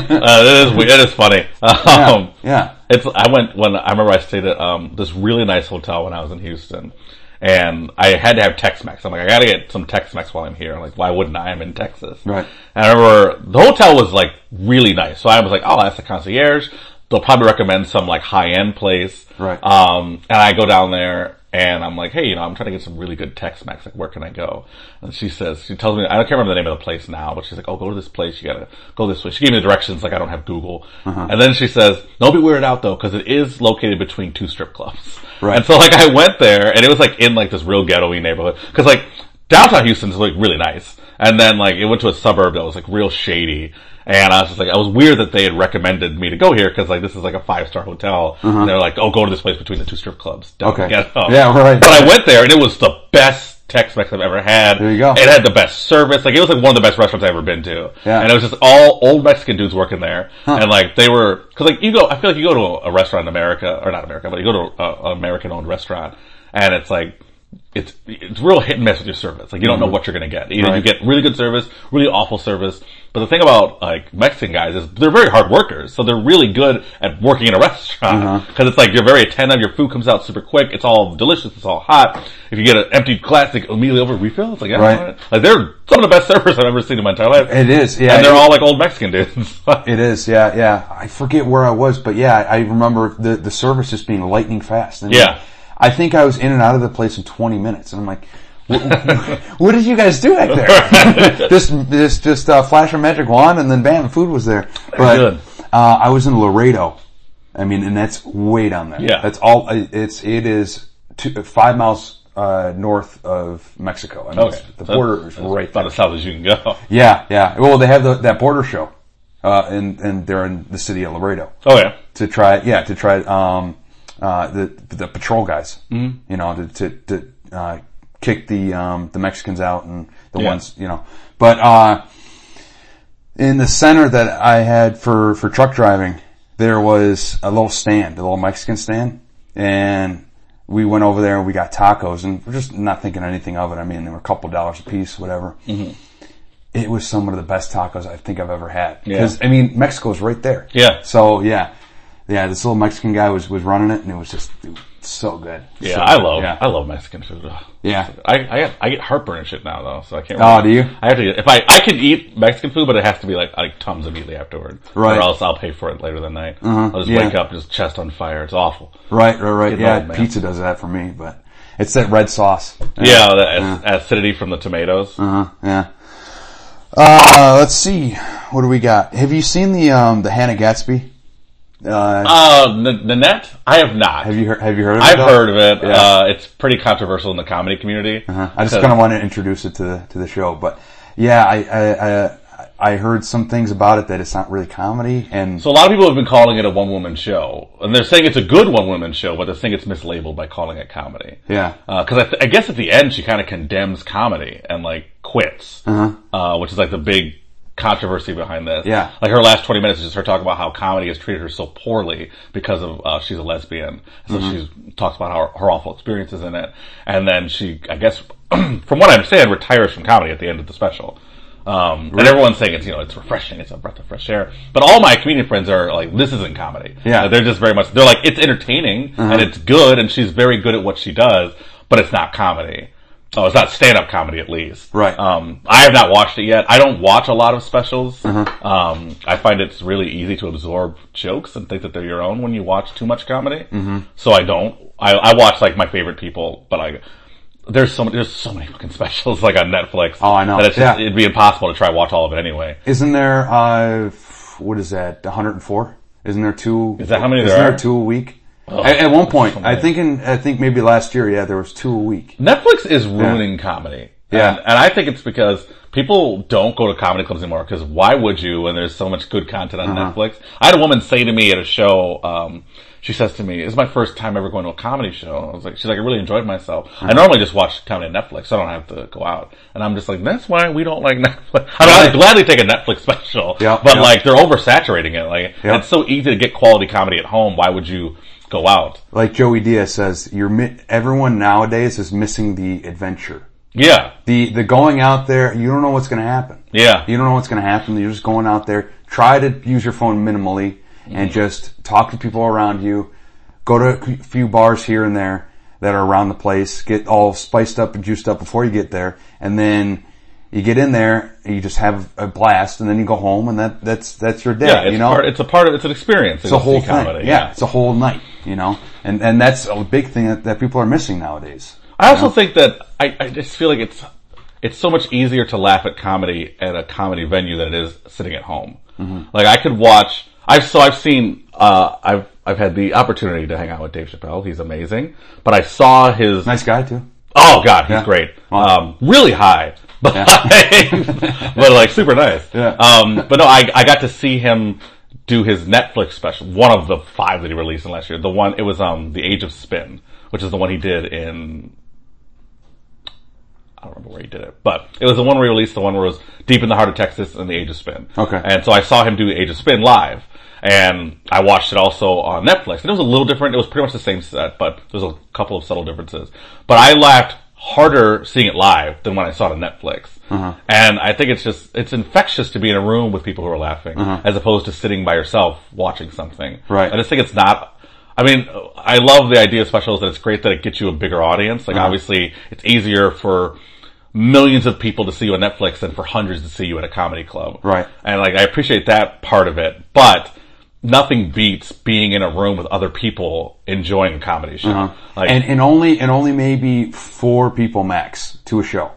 yeah. uh, that is weird. That is funny. Um,
yeah.
It's. I went when I remember I stayed at um, this really nice hotel when I was in Houston, and I had to have Tex-Mex. I'm like, I gotta get some Tex-Mex while I'm here. Like, why wouldn't I? I'm in Texas.
Right.
And I remember the hotel was like really nice, so I was like, oh, that's the concierge. They'll probably recommend some like high end place.
Right.
Um, and I go down there and I'm like, hey, you know, I'm trying to get some really good Tex-Mex. Like, where can I go? And she says, she tells me, I can't remember the name of the place now, but she's like, oh, go to this place. You gotta go this way. She gave me the directions. Like, I don't have Google. And then she says, don't be weirded out though, because it is located between two strip clubs.
Right.
And so like I went there and it was like in like this real ghetto-y neighborhood. Cause like downtown Houston's like really nice. And then like it went to a suburb that was like real shady. And I was just like, I was weird that they had recommended me to go here because like this is like a five star hotel. And they're like, oh, go to this place between the two strip clubs. Don't
Uh-huh. Okay.
get up.
Yeah, right.
But I went there and it was the best Tex-Mex I've ever had.
There you go.
It had the best service. Like it was like one of the best restaurants I've ever been to.
Yeah.
And it was just all old Mexican dudes working there. And like they were, cause like you go, I feel like you go to a, a restaurant in America, or not America, but you go to a- an American owned restaurant and it's like, it's, it's real hit and miss with your service. Like you don't know what you're going to get. Either you
Mm-hmm. Right.
get really good service, really awful service. But the thing about like Mexican guys is they're very hard workers. So they're really good at working in a restaurant.
Uh-huh.
Cause it's like you're very attentive. Your food comes out super quick. It's all delicious. It's all hot. If you get an empty glass, like immediately over refill, it's like, yeah,
Right.
all like they're some of the best servers I've ever seen in my entire life.
It is, yeah.
and they're all like old Mexican dudes.
It is, yeah, yeah. I forget where I was, but yeah, I remember the the service just being lightning fast. And
Yeah.
I think I was in and out of the place in 20 minutes, and I'm like, "What, what did you guys do back there? just just just uh, flash a magic wand, and then bam, food was there. But
good.
Uh, I was in Laredo. I mean, and that's way down there.
Yeah.
that's all. uh, It's it is two, five miles uh, north of Mexico. I mean, it's- the
So
border is
that's
right
about
there.
as south as you can go.
Yeah, yeah. Well, they have the, that border show, uh, and and they're in the city of Laredo
Oh yeah.
to try, yeah, to try um, uh, the the patrol guys,
Mm-hmm.
mm you know, to to, to uh, kick the um, the Mexicans out and the
Yeah.
ones, you know. But uh, in the center that I had for for truck driving, there was a little stand, a little Mexican stand, and we went over there and we got tacos and we're just not thinking anything of it. I mean, they were a couple dollars a piece, whatever.
Mm-hmm.
It was some of the best tacos I think I've ever had. Because I mean, Mexico's right there.
Yeah.
So yeah, yeah. This little Mexican guy was was running it, and it was just it was so good.
Yeah,
So
I
good.
love
Yeah.
I love Mexican food. Ugh.
Yeah.
I I get, I get heartburn and shit now though, so I can't.
Oh, do you?
I have to get if I I can eat Mexican food, but it has to be like like tums immediately afterward,
Right. Uh-huh.
Or else I'll pay for it later that night. I'll just
yeah.
wake up just chest on fire. It's awful.
Right, right, right.
Good
yeah,
old man.
pizza does that for me, but it's that red sauce.
Yeah, the ac-
Uh-huh.
acidity from the tomatoes.
Yeah. Uh, let's see. What do we got? Have you seen the um the Hannah Gatsby? Uh,
Uh, N- Nanette, I have not.
have you heard? Have you heard? Of
I've
it at all?
heard of it.
Yeah. Uh-huh.
Uh, it's pretty controversial in the comedy community.
I just kind of want to introduce it to the to the show, but yeah, I I, I I heard some things about it that it's not really comedy, and
So a lot of people have been calling it a one woman show, and they're saying it's a good one woman show, but they're saying it's mislabeled by calling it comedy.
yeah,
Because I, th- I guess at the end she kind of condemns comedy and like quits,
Uh-huh.
uh, which is like the big controversy behind this.
Yeah.
like her last twenty minutes is just her talking about how comedy has treated her so poorly because of uh, she's a lesbian. So she talks about how her awful experiences in it, and then she, I guess, from what I understand, retires from comedy at the end of the special. Um, and everyone's saying it's you know it's refreshing, it's a breath of fresh air. But all my comedian friends are like, this isn't comedy.
Yeah.
Like, they're just very much they're like it's entertaining and it's good and she's very good at what she does, but it's not comedy. oh, it's not stand up comedy at least.
Right.
Um, I have not watched it yet. I don't watch a lot of specials.
Uh-huh.
Um, I find it's really easy to absorb jokes and think that they're your own when you watch too much comedy. Mm-hmm. So I don't. I, I watch like my favorite people, but I there's so many, there's so many fucking specials like on Netflix.
Oh, I know.
That it's just,
Yeah.
it'd be impossible to try to watch all of it anyway.
Isn't there, uh, f- what is that, 104? Isn't there two? Is
that how many
isn't
there are? Oh,
two a week? at, at one point, I think in, I think maybe last year, yeah, there was two a week.
Netflix is ruining comedy.
Yeah.
And, and I think it's because people don't go to comedy clubs anymore because why would you when there's so much good content on
Uh-huh.
Netflix? I had a woman say to me at a show, um, she says to me, "It's my first time ever going to a comedy show." I was like, "She's like, I really enjoyed myself.
Uh-huh.
I normally just watch comedy on Netflix, so I don't have to go out." And I'm just like, "That's why we don't like Netflix." I mean, I'd gladly take a Netflix special,
Yeah,
but
yeah.
like they're oversaturating it. Like
Yeah.
it's so easy to get quality comedy at home. Why would you go out?
Like Joey Diaz says, you're mi- everyone nowadays is missing the adventure.
Yeah,
The, the going out there, you don't know what's going to happen.
yeah.
You don't know what's going to happen. You're just going out there. Try to use your phone minimally and just talk to people around you. Go to a few bars here and there that are around the place. Get all spiced up and juiced up before you get there. And then you get in there and you just have a blast and then you go home and that, that's, that's your day.
Yeah, it's
you know,
part. It's a part of. It's an experience.
it's a whole thing. Yeah, It's a whole night, you know, and, and that's a big thing that, that people are missing nowadays.
I also think that I, I just feel like it's it's so much easier to laugh at comedy at a comedy venue than it is sitting at home.
Mm-hmm.
Like I could watch. I've so I've seen. Uh, I've I've had the opportunity to hang out with Dave Chappelle. He's amazing. But I saw his.
Nice guy too.
Oh God, he's
Yeah.
great. Um, really high, but but like super nice.
Yeah.
Um, but no, I I got to see him do his Netflix special, one of the five that he released in last year. The one it was um the Age of Spin, which is the one he did in. I don't remember where he did it, but it was the one where he released the one where it was Deep in the Heart of Texas and the Age of Spin.
Okay.
And so I saw him do Age of Spin live, and I watched it also on Netflix. And it was a little different. It was pretty much the same set, but there's a couple of subtle differences. But I laughed harder seeing it live than when I saw it on Netflix.
Uh-huh.
And I think it's just it's infectious to be in a room with people who are laughing as opposed to sitting by yourself watching something.
Uh-huh. Right.
I just think it's not. I mean, I love the idea of specials, and it's great that it gets you a bigger audience.
Uh-huh.
Like, obviously, it's easier for millions of people to see you on Netflix than for hundreds to see you at a comedy club.
Right.
And like, I appreciate that part of it, but nothing beats being in a room with other people enjoying a comedy show. Like,
Uh-huh. and and only and only maybe four people max to a show.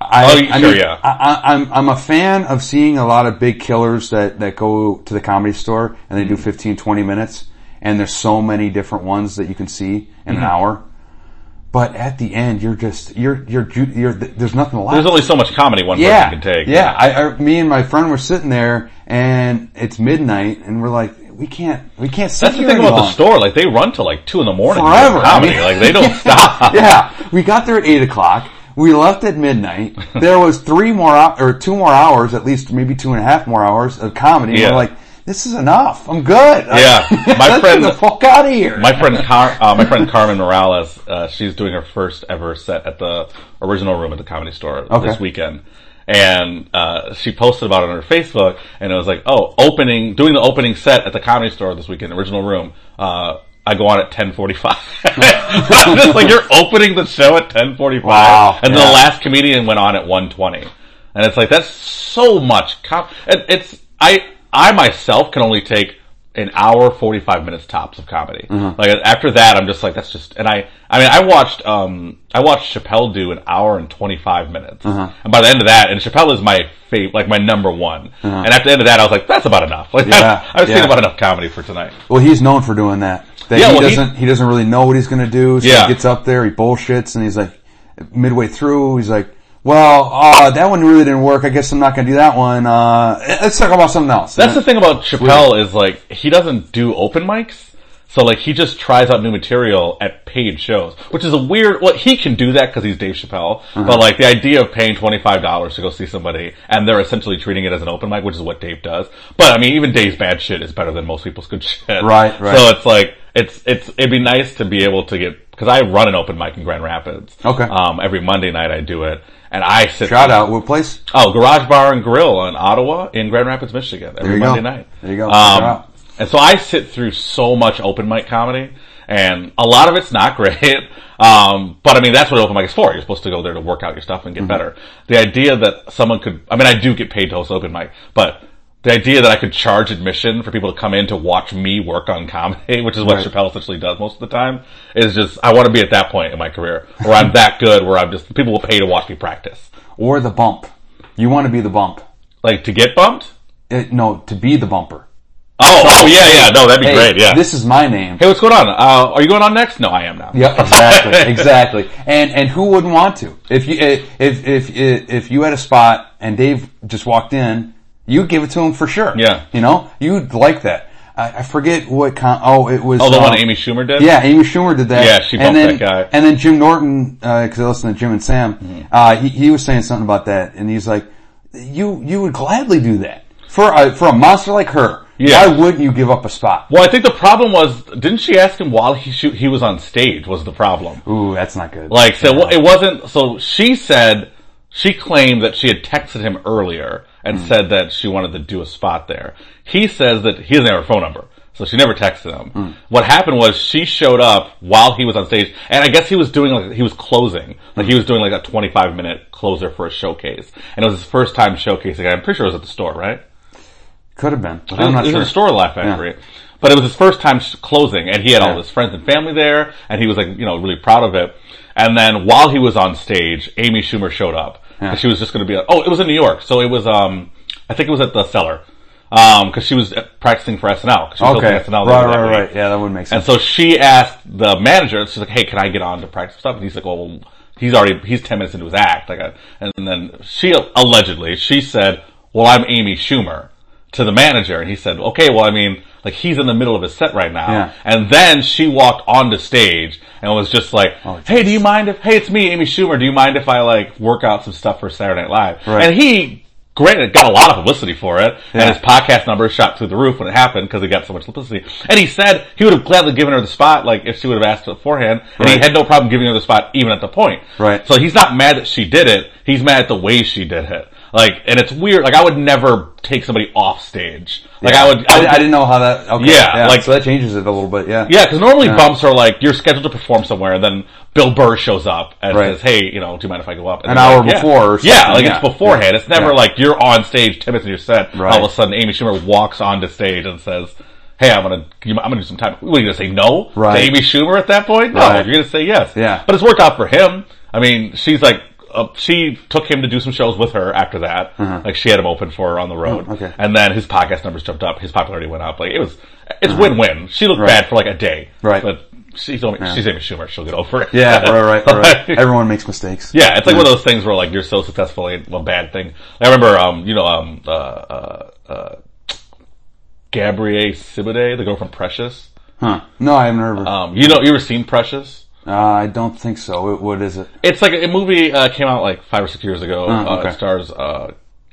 I,
Oh, sure, yeah.
I, I, I'm I'm a fan of seeing a lot of big killers that that go to the comedy store and they
Mm-hmm.
do 15, 20 minutes, and there's so many different ones that you can see in an
Mm-hmm.
hour. But at the end, you're just you're you're ju- you're there's nothing left
there's only so much comedy one person can take.
yeah. I, I, me and my friend were sitting there, and it's midnight, and we're like, we can't, we can't sit
That's the
here
thing
any
about the
longer.
store. Like, they run till like two in the morning. for
Forever. I
Comedy.
mean-
like, they don't stop.
yeah, we got there at eight o'clock. We left at midnight. There was three more hou- or two more hours, at least maybe two and a half more hours of comedy. And
Yeah.
we're like, this is enough. I'm good.
Yeah. My
Let's
friend-
get the fuck out of here.
My friend, Car- uh, my friend Carmen Morales, uh, she's doing her first ever set at the original room at the Comedy Store this
Okay.
weekend, and uh, she posted about it on her Facebook, and it was like, "Oh, opening, doing the opening set at the Comedy Store this weekend, original room." Uh, I go on at ten forty five. I'm just like you're opening the show at ten forty five,
Wow,
and
yeah.
the last comedian went on at one twenty, and it's like that's so much. Com- and it's I I myself can only take an hour 45 minutes tops of comedy
Mm-hmm.
like after that i'm just like that's just and i i mean i watched um i watched chappelle do an hour and 25 minutes
Mm-hmm.
and by the end of that and chappelle is my favorite like my number one and at the end of that i was like that's about enough like
Mm-hmm. Yeah,
i was
yeah.
thinking about enough comedy for tonight
Well, he's known for doing that. That
Yeah,
he
well, he-
doesn't he, doesn't really know what he's going to do. So
Yeah.
he gets up there, he bullshits, and he's like, midway through, he's like, "Well, uh, that one really didn't work. I guess I'm not going to do that one. Uh, let's talk about something else."
That's the thing about Chappelle is like he doesn't do open mics. So like he just tries out new material at paid shows, which is a weird. Well, he can do that because he's Dave Chappelle.
Uh-huh.
But like the idea of paying twenty five dollars to go see somebody and they're essentially treating it as an open mic, which is what Dave does. But I mean, even Dave's bad shit is better than most people's good shit.
Right, right.
So it's like it's it's it'd be nice to be able to get because I run an open mic in Grand Rapids.
Okay.
Um, every Monday night I do it, and I sit
Shout out what place?
Oh, Garage Bar and Grill in Ottawa, in Grand Rapids, Michigan, every
you go.
Monday night.
There you go. Check it
Um,
out.
And so I sit through so much open mic comedy, and a lot of it's not great. Um, but I mean, that's what open mic is for. You're supposed to go there to work out your stuff
Mm-hmm.
and get better. The idea that someone could, I mean, I do get paid to host open mic, but the idea that I could charge admission for people to come in to watch me work on comedy, which is what
Right.
Chappelle essentially does most of the time, is just, I want to be at that point in my career where I'm that good where I'm just, people will pay to watch me practice.
Or the bump. You want to be the bump.
Like to get bumped?
It, uh, no, to be the bumper.
Oh, oh yeah, yeah, no, that'd be
Hey,
great, yeah.
This is my name.
hey, what's going on? Uh, are you going on next? No, I am now.
Yeah, exactly, exactly. And and who wouldn't want to? If you if if if, if you had a spot and Dave just walked in, you'd give it to him for sure.
Yeah.
you know, you'd like that. I, I forget what con- oh it was
Oh, the
um,
one Amy Schumer did?
Yeah, Amy Schumer did that.
Yeah, she
and
bumped
then,
that guy. Mm-hmm.
And then Jim Norton, because I listened to Jim and Sam, uh, he, he was saying something about that, and he's like, "You you would gladly do that for a, for a monster like her.
Yeah.
Why wouldn't you give up a spot?
Well, I think the problem was, didn't she ask him while he shoot, he was on stage was the problem.
Ooh, that's not good.
Like, so it wasn't, so she said, she claimed that she had texted him earlier and said that she wanted to do a spot there. He says that he doesn't have her phone number. So she never texted him. What happened was she showed up while he was on stage, and I guess he was doing like, he was closing. Like he was doing like a 25 minute closer for a showcase. And it was his first time showcasing. I'm pretty sure it was at the store, right?
could have been. I'm not
it was
sure.
a store life factory. But it was his first time s- closing, and he had all
Yeah.
his friends and family there, and he was like, you know, really proud of it. And then while he was on stage, Amy Schumer showed up, and she was just going to be like, oh, it was in New York, so it was, um, I think it was at the cellar, um, because she was uh, practicing for SNL. 'cause She was
Okay,
hosting SNL
right,
there that
right,
week.
right. Yeah, that would make
And
sense.
so she asked the manager, she's like, hey, can I get on to practice stuff? And he's like, well, he's already, he's 10 minutes into his act. Like, I, and then she, allegedly, she said, well, I'm Amy Schumer to the manager. And he said, okay, well, I mean, like, he's in the middle of his set right now.
Yeah.
And then she walked onto stage and was just like,
Oh,
hey, do you mind if, hey, it's me, Amy Schumer. Do you mind if I, like, work out some stuff for Saturday Night Live?
Right.
And he, granted, got a lot of publicity for it.
Yeah.
And his podcast numbers shot through the roof when it happened because he got so much publicity. And he said he would have gladly given her the spot, like if she would have asked beforehand. And he
Right.
had no problem giving her the spot even at the point.
Right.
So he's not mad that she did it. He's mad at the way she did it. Like, and it's weird. Like, I would never take somebody off stage. Like, I would.
I,
would
I didn't know how that. Okay,
Yeah, like-
so that changes it a little bit. Yeah,
yeah, because normally bumps are like you're scheduled to perform somewhere, and then Bill Burr shows up and
Right.
says, "Hey, you know, do you mind if I go up?" And
An
they're
hour
like, yeah.
before or
yeah,
something,
like
yeah.
it's beforehand. It's never
Yeah.
like you're on stage, ten minutes in your set, and
Right.
all of a sudden Amy Schumer walks onto stage and says, "Hey, I'm gonna, I'm gonna do some time." What are you gonna say? No, to
Right.
Amy Schumer at that point? No,
Right.
you're gonna say yes.
Yeah.
but it's worked out for him. I mean, she's like. Uh, she took him to do some shows with her after that.
Uh-huh.
Like she had him open for her on the road,
okay.
and then his podcast numbers jumped up. His popularity went up. Like it was, it's win-win. She looked bad for like a day,
Uh-huh. Right.
But she's only, she's Amy Schumer. She'll get over it.
yeah, right, right, right.
Like,
Everyone makes mistakes.
yeah, it's like one of those things where like you're so successful in one bad thing. I remember, um, you know, um, uh, uh, uh, Gabrielle Siboday, the girl from Precious.
Huh. No, I haven't heard of it.
Um, you know, you ever seen Precious?
Uh, I don't think so. It, what is it?
It's like a movie uh, came out like five or six years ago.
Oh, okay.
uh, it stars uh,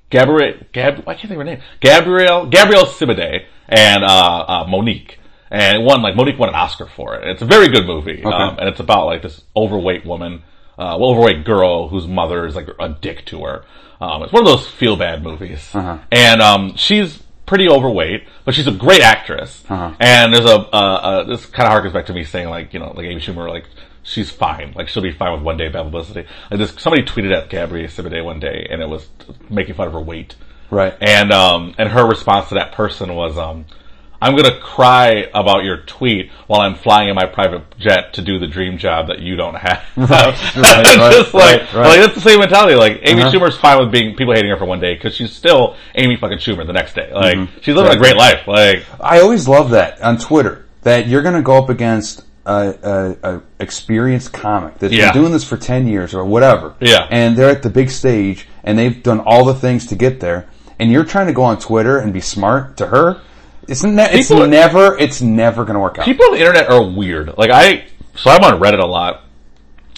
Gabrielle. Gab- I can't think of her name. Gabrielle Gabrielle Siboday and uh, uh, Monique. And it won like Monique won an Oscar for it. It's a very good movie, um, and it's about like this overweight woman, uh, well, overweight girl whose mother is like a dick to her. Um, it's one of those feel bad movies,
Uh-huh.
and um, she's pretty overweight, but she's a great actress. And there's a uh, uh, this kind of harkens back to me saying like you know like Amy Schumer like she's fine like she'll be fine with one day bad publicity. Like this, somebody tweeted at Gabrielle Siboday one day, and it was making fun of her weight.
Right.
And um, and her response to that person was, um, "I'm gonna cry about your tweet while I'm flying in my private jet to do the dream job that you don't have."
right,
Just
right,
like,
right. Uh-huh.
like that's the same mentality. Like Amy Schumer's fine with being people hating her for one day because she's still Amy fucking Schumer the next day. Like
Mm-hmm.
she's living a great life. Like
I always love that on Twitter that you're going to go up against a, a, a experienced comic that's
Yeah.
been doing this for ten years or whatever.
Yeah.
and they're at the big stage and they've done all the things to get there, and you're trying to go on Twitter and be smart to her. It's, ne- it's
People are-
never it's never going to work out.
people on the internet are weird. Like I, so I'm on Reddit a lot,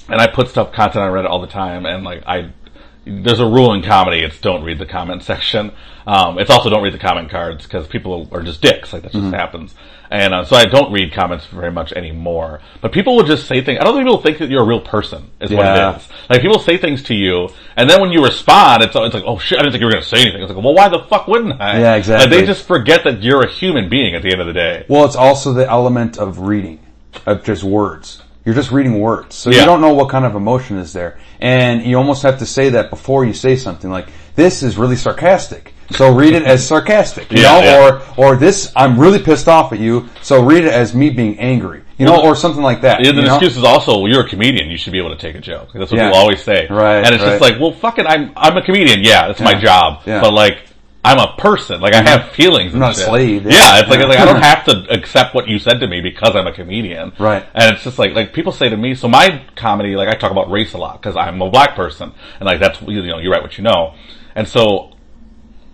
and I put stuff content on Reddit all the time, and like I there's a rule in comedy. It's don't read the comment section. Um, it's also don't read the comment cards because people are just dicks. Like that
Mm-hmm.
just happens. And uh, so I don't read comments very much anymore. But people will just say things. I don't think people think that you're a real person. Is what
Yeah.
it is. Like people say things to you, and then when you respond, it's it's like, oh shit, I didn't think you were going to say anything. It's like, well, why the fuck wouldn't I?
Yeah, exactly.
Like, they just forget that you're a human being at the end of the day.
Well, it's also the element of reading, of just words. You're just reading words. So
Yeah.
you don't know what kind of emotion is there. And you almost have to say that before you say something like, this is really sarcastic. So read it as sarcastic, you
Yeah,
know,
yeah.
or, or this, I'm really pissed off at you. So read it as me being angry, you know, or something like that.
Yeah,
you
the
know?
excuse is also well, you're a comedian. You should be able to take a joke. That's what
Yeah.
people always say.
Right,
And it's just
right.
like, well, fucking, I'm I'm a comedian. Yeah, that's my job.
yeah. Mm-hmm.
But like, I'm a person. Like, I have feelings. I'm
not a slave,
Yeah,
yeah.
it's like,
Yeah.
like I don't have to accept what you said to me because I'm a comedian.
Right.
And it's just like like people say to me. So my comedy, like I talk about race a lot because I'm a black person, and like that's you know you write what you know, and so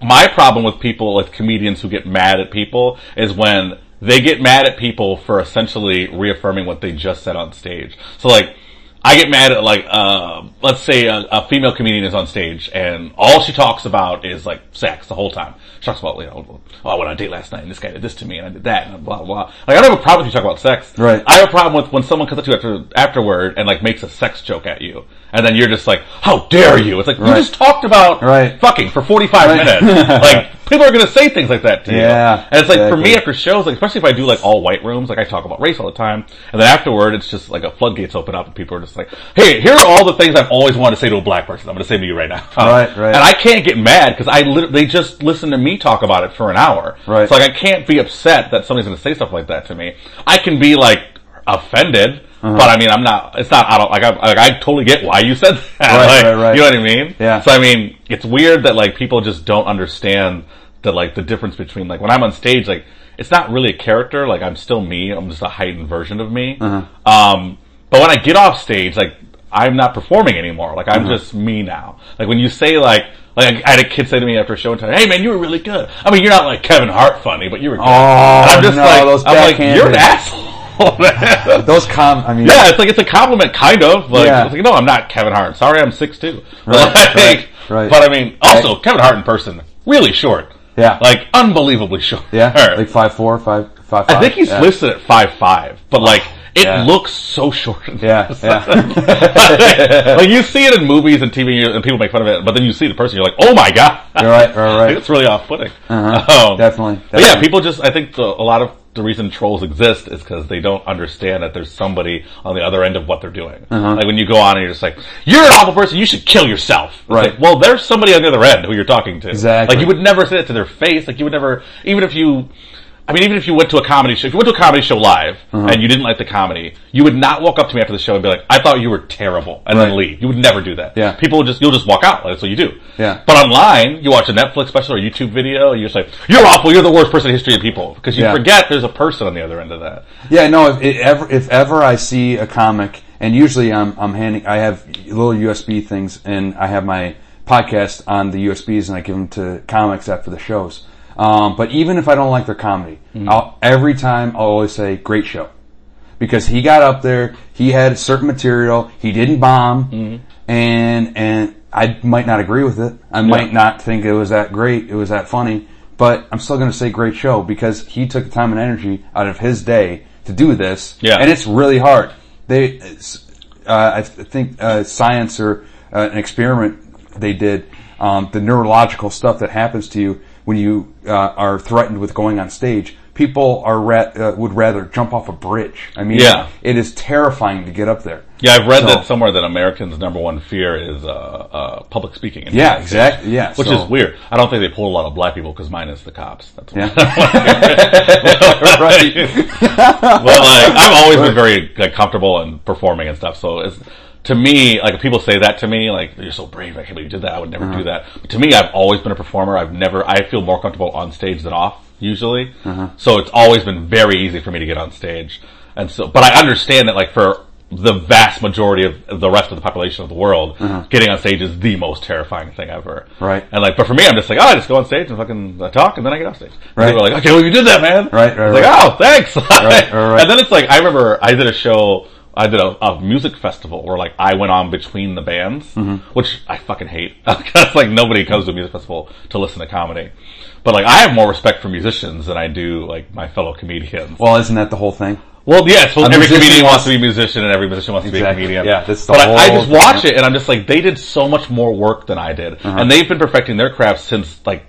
my problem with people, with comedians who get mad at people, is when they get mad at people for essentially reaffirming what they just said on stage. So like, I get mad at like, uh, let's say a, a female comedian is on stage and all she talks about is like sex the whole time. She talks about, you know, oh, I went on a date last night and this guy did this to me and I did that and blah, blah, blah. Like, I don't have a problem if you talk about sex.
Right.
I have a problem with when someone comes up to you after, afterward and like makes a sex joke at you. And then you're just like, how dare you? It's like, you
Right.
just talked about
Right.
fucking for 45
Right.
minutes. like, people are going to say things like that to you.
Yeah,
And it's like, for me,
exactly.
after shows, like, especially if I do, like, all white rooms, like, I talk about race all the time. And then afterward, it's just like a floodgates open up and people are just like, hey, here are all the things I've always wanted to say to a black person. I'm going to say to you right now.
Right, right.
And I can't get mad because I lit- they just listen to me talk about it for an hour.
Right.
So, like, I can't be upset that somebody's going to say stuff like that to me. I can be, like, offended.
Uh-huh.
But I mean, I'm not. It's not. I don't like. I, like, I totally get why you said that.
Right,
Like,
right, right.
You know what I mean?
Yeah.
So I mean, it's weird that like people just don't understand that like the difference between like when I'm on stage, like it's not really a character. Like I'm still me. I'm just a heightened version of me.
Uh-huh.
Um, but when I get off stage, like I'm not performing anymore. Like
Uh-huh.
I'm just me now. Like when you say like. Like I had a kid say to me after a show, and tell me, "Hey man, you were really good. I mean, you're not like Kevin Hart funny, but you were good."
Oh,
and I'm just
no,
like,
those
I'm like,
backhanded-
you're an asshole. man."
Those com, I mean,
Yeah, it's like it's a compliment, kind of. Like,
Yeah.
it's like no, I'm not Kevin Hart. Sorry, I'm six two.
Right, right, right.
But I mean, also Kevin Hart in person, really short.
Yeah.
like unbelievably short.
yeah, like five, four, five, five,
I think he's
yeah.
listed at five five, but like it
Yeah.
looks so short.
Yeah, yeah.
like you see it in movies and TV, and people make fun of it, but then you see the person, you're like, oh my god.
Right, right, right.
Like, it's really off putting.
Uh-huh. Definitely,
But yeah,
definitely.
people just, I think the, a lot of the reason trolls exist is because they don't understand that there's somebody on the other end of what they're doing.
Uh-huh.
Like when you go on and you're just like, you're an awful person, you should kill yourself. It's
Right.
like, well, there's somebody on the other end who you're talking to.
Exactly.
Like you would never say that to their face. Like you would never, even if you, I mean, even if you went to a comedy show, if you went to a comedy show live
Uh-huh.
and you didn't like the comedy, you would not walk up to me after the show and be like, I thought you were terrible and then
Right.
leave. You would never do that.
Yeah.
People would just, you'll just walk out. That's what you do.
Yeah.
But online, you watch a Netflix special or a YouTube video, and you're just like, you're awful, you're the worst person in history of people. Because you
Yeah.
forget there's a person on the other end of that.
Yeah, no. If, if ever if ever I see a comic, and usually I'm I'm handing I have little USB things, and I have my podcast on the USBs, and I give them to comics after the shows. Um, but even if I don't like their comedy, I'll, every time I'll always say, "Great show," because he got up there, he had certain material, he didn't bomb, and and I might not agree with it. I might not think it was that great, it was that funny, but I'm still going to say great show because he took the time and energy out of his day to do this,
Yeah.
and it's really hard. They, it's, uh, I th- think uh, science or uh, an experiment they did, um, the neurological stuff that happens to you when you uh, are threatened with going on stage. People are ra- uh, would rather jump off a bridge. I mean,
Yeah.
it is terrifying to get up there.
Yeah, I've read
So-
that somewhere that Americans' number one fear is uh, uh, public speaking. and
Yeah,
public speaking,
exactly. Yeah,
Which
so-
is weird. I don't think they pull a lot of black people because mine is the cops. That's
Yeah.
right. but like, I've always been very like, comfortable in performing and stuff. So it's, to me, like if people say that to me, like you're so brave. I can't believe you did that. I would never
Uh-huh.
do that. But to me, I've always been a performer. I've never. I feel more comfortable on stage than off usually.
Uh-huh.
So it's always been very easy for me to get on stage. And so, but I understand that like for the vast majority of the rest of the population of the world, getting on stage is the most terrifying thing ever.
Uh-huh. Right.
And like, but for me, I'm just like, oh, I just go on stage and fucking I talk, and then I get off stage.
Right.
People are like, okay, well, you did that, man.
Right, right,
It's like,
right.
oh, thanks.
right, right.
And then it's like, I remember I did a show. I did a, a music festival where like I went on between the bands,
Mm-hmm.
which I fucking hate because like nobody comes to a music festival to listen to comedy. But like I have more respect for musicians than I do like my fellow comedians.
Well, isn't that the whole thing?
Well, yes. Well, every
musician
comedian wants to be a musician, and every musician wants to be
Exactly.
a comedian.
Yeah, that's the
but I- I,
whole
just watch it, and I'm just like, they did so much more work than I did,
Uh-huh.
and they've been perfecting their craft since like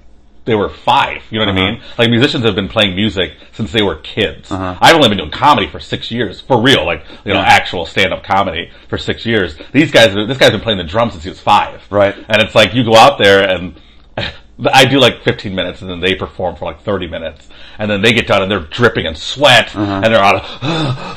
they were five. You know what
Uh-huh.
I mean? Like musicians have been playing music since they were kids.
Uh-huh.
I've only been doing comedy for six years, for real, like you know, actual stand up comedy for six years. These guys, this guy's been playing the drums since he was five.
Right.
And it's like you go out there and. I do like 15 minutes and then they perform for like 30 minutes and then they get done and they're dripping in sweat and they're on,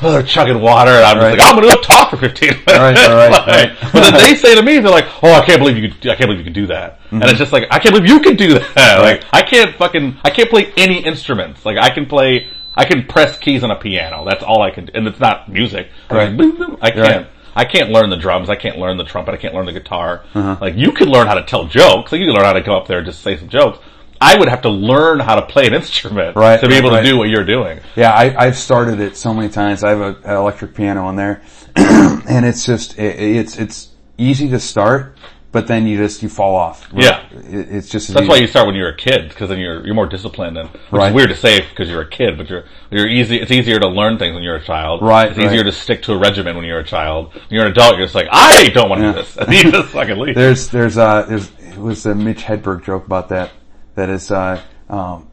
they're chugging water and I'm
Uh-huh.
just
Right.
like, I'm going to talk for 15 minutes.
right, all right,
Like,
all right.
but then they say to me, they're like, oh, I can't believe you could, I can't believe you could do that.
Mm-hmm.
And it's just like, I can't believe you could do that. Like, I can't fucking, I can't play any instruments. Like I can play, I can press keys on a piano. That's all I can do. And it's not music. I'm like,
Right.
boop, boop. I can't.
Right.
I can't learn the drums. I can't learn the trumpet. I can't learn the guitar.
Uh-huh.
Like you could learn how to tell jokes. Like you could learn how to go up there and just say some jokes. I would have to learn how to play an instrument
Right,
to be able
right.
to do what you're doing.
Yeah, I, I've started it so many times. I have a, an electric piano in there, and it's just it, it's it's easy to start, but then you just you fall off.
Yeah.
it, it's just as
That's
easy.
why you start when you're a kid because then you're you're more disciplined and which
Right.
is weird to say because you're a kid, but you're you're easy. It's easier to learn things when you're a child.
Right,
It's
right.
easier to stick to a regimen when you're a child. When you're an adult, you're just like I don't want to do this. And you just fucking leave.
There's there's uh there's it was a Mitch Hedberg joke about that. That is uh um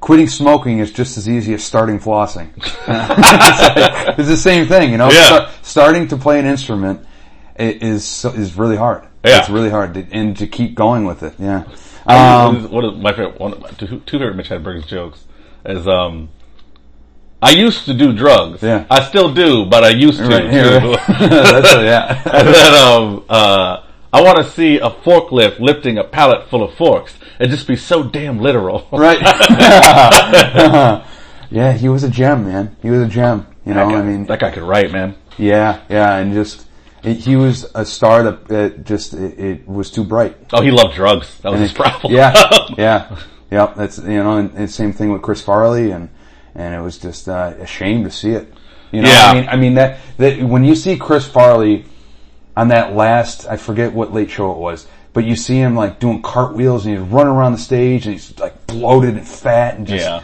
quitting smoking is just as easy as starting flossing. it's the same thing, you know.
Yeah.
starting to play an instrument i- is so- is really hard.
Yeah.
It's really hard, to, and to keep going with it. Yeah.
What
Um,
is what is my favorite one? of my- Two, two favorite Mitch Hedberg's jokes is um, I used to do drugs.
Yeah.
I still do, but I used to.
right here.
too."
That's a- yeah.
and then um, uh, I want to see a forklift lifting a pallet full of forks. It'd just be so damn literal.
Right. yeah, he was a gem, man. He was a gem. You know,
That guy-
I mean,
that guy could write, man.
Yeah, yeah, and just it, he was a star that that just it, it was too bright.
Oh, he loved drugs. That was his problem.
Yeah, yeah, yeah. That's you know, and, and same thing with Chris Farley, and and it was just uh, a shame to see it. You know,
Yeah.
I mean, I mean that that when you see Chris Farley on that last, I forget what late show it was, but you see him like doing cartwheels and he's running around the stage and he's like bloated and fat and just
Yeah.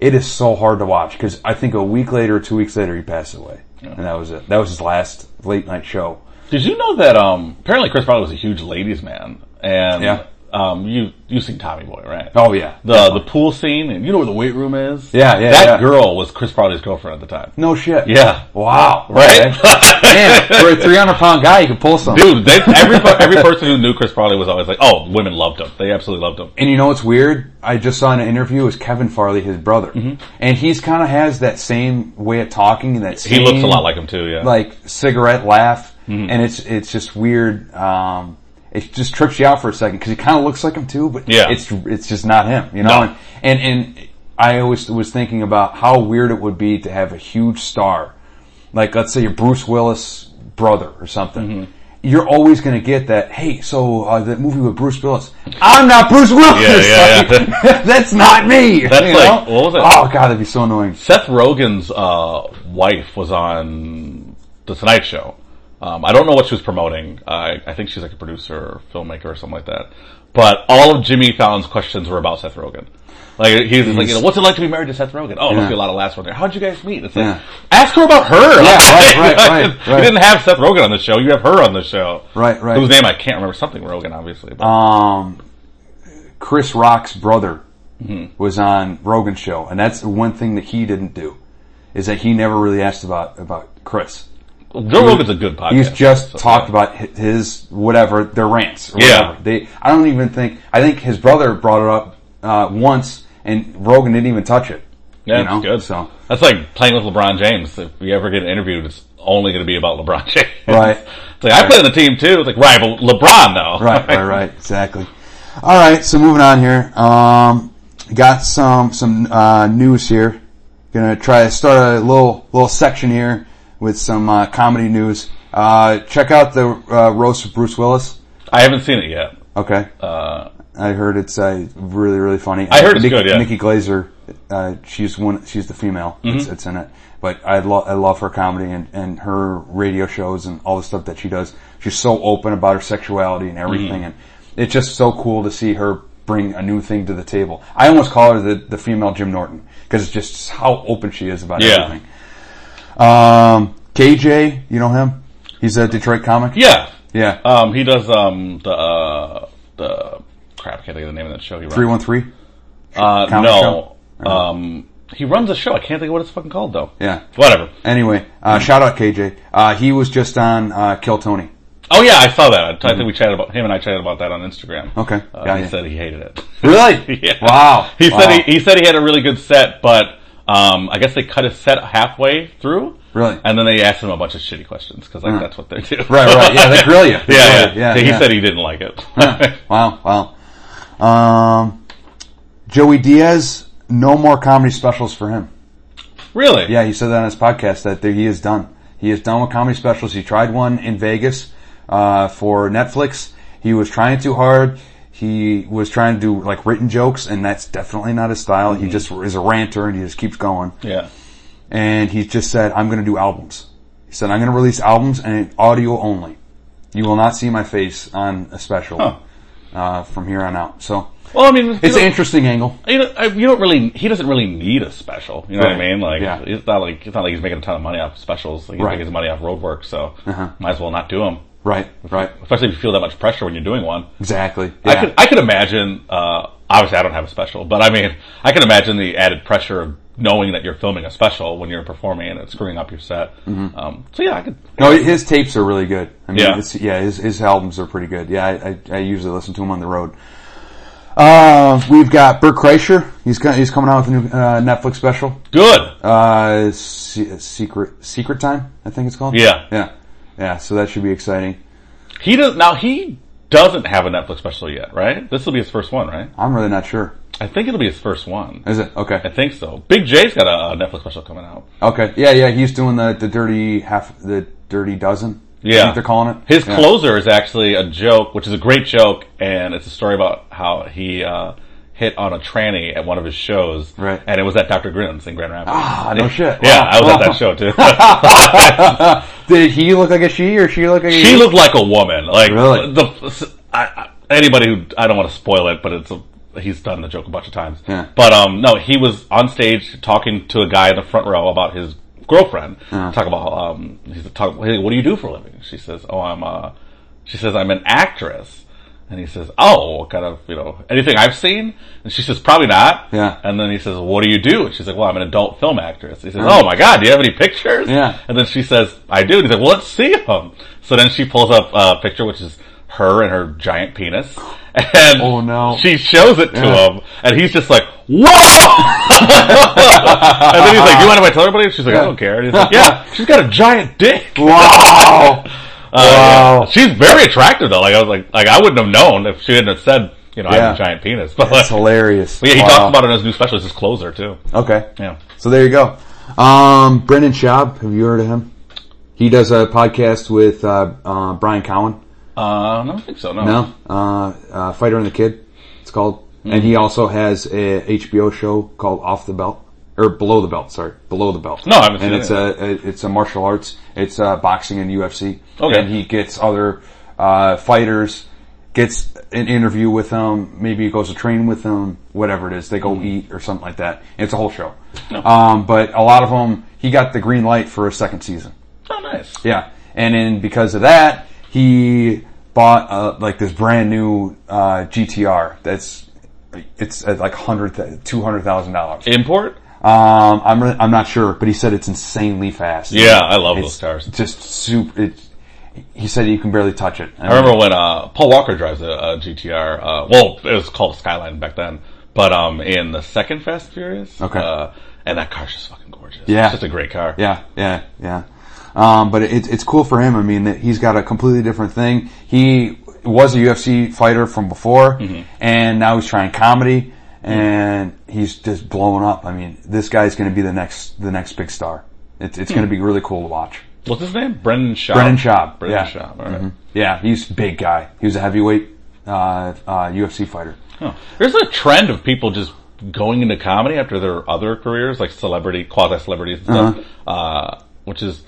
it is so hard to watch because I think a week later or two weeks later he passed away, and that was it. That was his last late night show.
Did you know that? Um, apparently, Chris Farley was a huge ladies' man, and
Yeah.
um, you you seen Tommy Boy, right?
Oh yeah,
the the pool scene, and you know where the weight room is.
Yeah, yeah,
That
yeah.
girl was Chris Farley's girlfriend at the time.
no shit.
Yeah,
Wow.
Right?
okay. Man, for a 300 pound guy, you can pull something.
dude. They, every per- every person who knew Chris Farley was always like, "Oh, women loved him. They absolutely loved him."
And you know what's weird? I just saw in an interview is Kevin Farley, his brother. And he's kind of has that same way of talking and that
He
same,
looks a lot like him too. Yeah, Mm-hmm.
like cigarette laugh. And it's, it's just weird. Um, it just trips you out for a second because he kind of looks like him too, but
Yeah.
it's, it's just not him, you
No.
know? And, and, and I always was thinking about how weird it would be to have a huge star. Like, let's say your Bruce Willis brother or something.
Mm-hmm.
You're always going to get that, hey, so uh, that movie with Bruce Willis. I'm not Bruce Willis!
Yeah, yeah,
Like, that's not me!
That's
you
like-
know?
what was it?
Oh, God, that'd be so annoying.
Seth Rogen's uh, wife was on the Tonight Show. Um, I don't know what she was promoting. I, I think she's like a producer or filmmaker or something like that. But all of Jimmy Fallon's questions were about Seth Rogen. Like he's just like, you know, what's it like to be married to Seth Rogen? Oh, must
Yeah.
be a lot of laughs on there. How'd you guys meet? It's like,
Yeah.
ask her about her.
right, right,
Like,
right,
You
right.
didn't have Seth Rogen on the show. You have her on the show.
Right, right.
Whose name I can't remember. Something Rogen, obviously. But
um, Chris Rock's brother was on Rogan's show, and that's the one thing that he didn't do is that he never really asked about about Chris.
Joe Rogan's a good podcast.
He's just
So-
talked about hi- his whatever their rants. Or
Yeah.
whatever. they. I don't even think. I think his brother brought it up uh, once, and Rogan didn't even touch it.
Yeah,
you
that's
know?
good.
So
That's like playing with LeBron James. If you ever get interviewed, it's only going to be about LeBron James.
Right.
It's like, I play on the team too. It's like, right, but LeBron though.
right, right, right, exactly. All right, so moving on here. Um, got some some uh, news here. Gonna try to start a little little section here with some uh, comedy news. Uh, check out the uh, roast of Bruce Willis.
I haven't seen it yet.
Okay,
Uh,
I heard it's uh, really really funny.
I heard it's
Nikki,
good, yeah. Mm-hmm.
Nikki Glazer, uh, she's one. She's the female. It's, it's in it. But I, lo- I love her comedy and, and her radio shows and all the stuff that she does. She's so open about her sexuality and
Mm-hmm.
everything. And it's just so cool to see her bring a new thing to the table. I almost call her the, the female Jim Norton because it's just how open she is about
Yeah.
everything. Um, KJ, you know him? He's a Detroit comic.
Yeah.
Yeah. Uh,
Um, he does um the uh, the crap. I can't think of the name of that show. He runs.
313?
Uh,
Comedy
no. Um, he runs a show. I can't think of what it's fucking called though.
Yeah.
Whatever.
Anyway,
Hmm.
uh, shout out KJ. Uh, he was just on uh, Kill Tony.
Oh yeah, I saw that. I, I think we chatted about him and I chatted about that on Instagram.
Mm-hmm. Okay.
Uh,
Got
he
you.
said he hated it.
Really?
Yeah.
Wow.
He
Wow.
said he, he said he had a really good set, but um, I guess they cut his set halfway through.
Really? Hmm.
And then they asked him a bunch of shitty questions because like that's what they do.
Right, right. Yeah, they grill you. They
yeah,
grill
yeah.
you. Yeah,
So he
yeah.
said he didn't like it.
Wow, wow. Um, Joey Diaz, no more comedy specials for him.
really?
Yeah, he said that on his podcast that there, he is done. He is done with comedy specials. He tried one in Vegas uh, for Netflix. He was trying too hard. He was trying to do like written jokes, and that's definitely not his style.
Mm-hmm.
He just is a ranter, and he just keeps going.
Yeah.
and he just said, I'm going to do albums. He said, I'm going to release albums and audio only. You will not see my face on a special
Huh.
uh, from here on out. So
Well, I mean,
it's
you
an
know,
interesting angle.
you, know, I- you don't really. He doesn't really need a special. You know what
Right.
I mean? Like,
Yeah.
it's not like it's not like he's making a ton of money off specials. Like,
Right.
he's
Uh-huh.
making his money off road work, so might as well not do them.
Right, right.
Especially if you feel that much pressure when you're doing one.
Exactly.
I could I could imagine. Uh, obviously, I don't have a special, but I mean, I can imagine the added pressure of knowing that you're filming a special when you're performing and it's screwing up your set. Um, so yeah, I could.
No, his tapes are really good. I mean,
Yeah.
it's, yeah, his, his albums are pretty good. Yeah, I, I, I usually listen to him on the road. Uh, we've got Bert Kreischer. He's co- he's coming out with a new uh, Netflix special.
Good.
Uh, Se- secret secret time, I think it's called.
Yeah.
yeah, yeah. So that should be exciting.
He does now. He doesn't have a Netflix special yet, right? This will be his first one, right?
I'm really not sure.
I think it'll be his first one.
Is it okay?
I think so. Big J's got a, a Netflix special coming out.
Okay, yeah, yeah. He's doing the the dirty half, the dirty dozen. I
Yeah.
think they're calling it
His
Yeah.
closer is actually a joke, which is a great joke, and it's a story about how he uh, hit on a tranny at one of his shows,
Right.
and it was at Dr. Grimm's in Grand Rapids.
Ah, no shit.
Yeah,
Wow.
I was at that show too.
Did he look like a she or she look like a
she looked like a woman. Like
Really?
the I, I- anybody who I don't want to spoil it, but it's a, he's done the joke a bunch of times.
Yeah.
But um, no, he was on stage talking to a guy in the front row about his girlfriend. Talk about um, he's talk. Hey, what do you do for a living? She says, "Oh, I'm uh," she says, "I'm an actress." And he says, "Oh, what kind of you know anything I've seen?" And she says, "Probably not."
Yeah.
And then he says, "What do you do?" And she's like, "Well, I'm an adult film actress." He says,
Uh-huh.
"Oh my god, do you have any pictures?"
Yeah.
And then she says, I do. And he's like, well, let's see them. So then she pulls up a picture, which is her and her giant penis. And
Oh, no.
she shows it to
Yeah.
him. And he's just like, whoa! and then he's like, you mind if I tell everybody? And she's like, I don't care. And he's like, yeah, she's got a giant dick.
Wow.
Uh,
wow.
She's very attractive though. Like I was like, like I wouldn't have known if she hadn't have said, you know, I have a
Yeah.
giant penis. But
That's
like,
hilarious.
yeah, he
Wow.
talks about it in his new special. It's his closer too.
Okay.
Yeah.
So there you go. Um, Brendan Schaub, have you heard of him? He does a podcast with uh, uh, Brian Cowan.
Uh, no, I don't Hmm. think so. No.
No, uh, uh, Fighter and the Kid. It's called, and he also has a HBO show called Off the Belt or Below the Belt. Sorry, Below the Belt.
No, I haven't
and
seen
it's
it.
a it's a martial arts. It's uh, boxing and UFC.
Okay.
and he gets other uh, fighters. Gets an interview with them. Maybe he goes to train with them. Whatever it is, they
Hmm.
go eat or something like that. It's a whole show. Um, but a lot of them, he got the green light for a second season.
Oh, nice.
Yeah, and then because of that, he bought uh, like this brand new uh, GTR. That's it's at like hundred two hundred thousand dollars.
Import.
Um, I'm re- I'm not sure, but he said it's insanely fast.
Yeah, I love those
it's
cars.
just super. It, he said you can barely touch it.
I remember when uh, Paul Walker drives a, a GTR. Uh, well, it was called Skyline back then, but um, in the second Fast and Furious.
Okay.
Uh, and that car's just fucking gorgeous.
Yeah.
it's just a great car.
Yeah, yeah, yeah. Um, but it, it's cool for him. I mean, that he's got a completely different thing. He was a UFC fighter from before,
Mm-hmm.
and now he's trying comedy, and he's just blowing up. I mean, this guy's going to be the next the next big star. It's it's going
Hmm.
to be really cool to watch.
What's his name? Brendan Schaub.
Brendan Schaub,
Brendan
yeah. Mm-hmm.
Schaub. All right.
Yeah, he's a big guy. He was a heavyweight uh, uh, UFC fighter.
Huh. There's a trend of people just going into comedy after their other careers, like celebrity, quasi celebrities and stuff,
Uh-huh.
uh which is,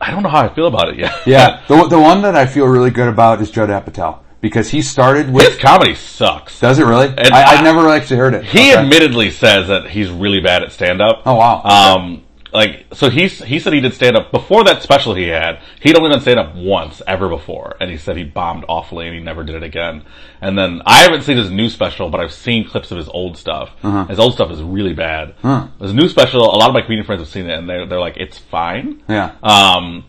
I don't know how I feel about it yet.
Yeah, the, the one that I feel really good about is Judd Apatow because he started
His
with.
comedy sucks.
Does it really?
And
I,
I-
I've never actually heard it.
He
Okay.
admittedly says that he's really bad at stand up.
Oh, wow.
Um, like so he he said he did stand up before that special he had. He'd only done stand up once ever before, and he said he bombed awfully and he never did it again. And then I haven't seen his new special, but I've seen clips of his old stuff.
Uh-huh.
His old stuff is really bad. His new special, a lot of my comedian friends have seen it, and they're they're like, it's fine.
Yeah.
Um,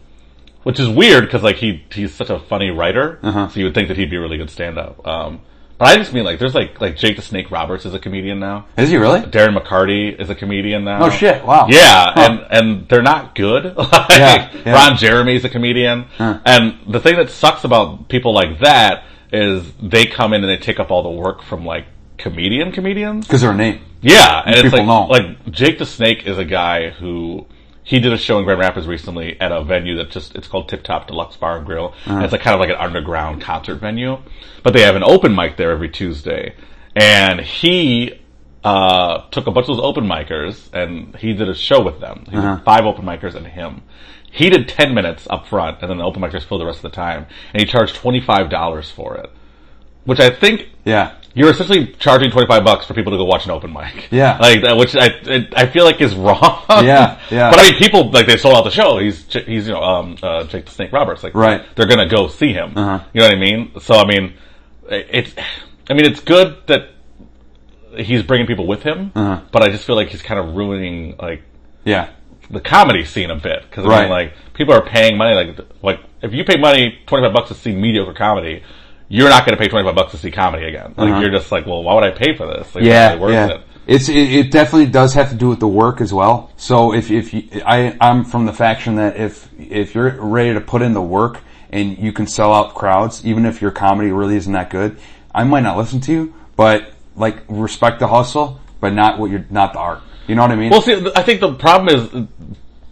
which is weird because like he he's such a funny writer,
Uh-huh.
so you would think that he'd be a really good stand up. Um, but I just mean like there's like like Jake the Snake Roberts is a comedian now.
Is he really?
Darren McCarty is a comedian now.
Oh shit! Wow.
Yeah,
Huh.
and and they're not good. Like,
Yeah, yeah.
Ron Jeremy's a comedian, and the thing that sucks about people like that is they come in and they take up all the work from like comedian comedians.
because they're a name.
Yeah, and it's
people
like,
know.
like Jake the Snake is a guy who he did a show in Grand Rapids recently at a venue that just it's called Tip Top Deluxe Bar and Grill. And it's like kind of like an underground concert venue, but they have an open mic there every Tuesday, and he. Uh, took a bunch of those open micers and he did a show with them. He
Uh-huh.
did five open micers and him. He did 10 minutes up front and then the open micers filled the rest of the time and he charged $25 for it. Which I think
Yeah.
you're essentially charging 25 bucks for people to go watch an open mic.
Yeah.
Like, that- which I, it, I feel like is wrong.
Yeah, yeah.
But I mean, people, like, they sold out the show. He's, J- he's, you know, um, uh, Jake the Snake Roberts. Like,
Right. Uh-huh.
they're gonna go see him. You know what I mean? So, I mean, it- it's, I mean, it's good that he's bringing people with him,
Uh-huh.
but I just feel like he's kind of ruining, like,
Yeah.
the comedy scene a bit because I mean,
Right.
like people are paying money. Like like if you pay money twenty five bucks to see mediocre comedy, you're not going to pay twenty five bucks to see comedy again. Like you're just like, well, why would I pay for this?
Uh-huh.
Like, it's not
Yeah.
really worth
yeah.
it.
It's it, it definitely does have to do with the work as well. So if if you, I I'm from the faction that if if you're ready to put in the work and you can sell out crowds, even if your comedy really isn't that good, I might not listen to you, but like respect the hustle, but not what you're not the art. You know what I mean?
Well, see, th- I think the problem is uh,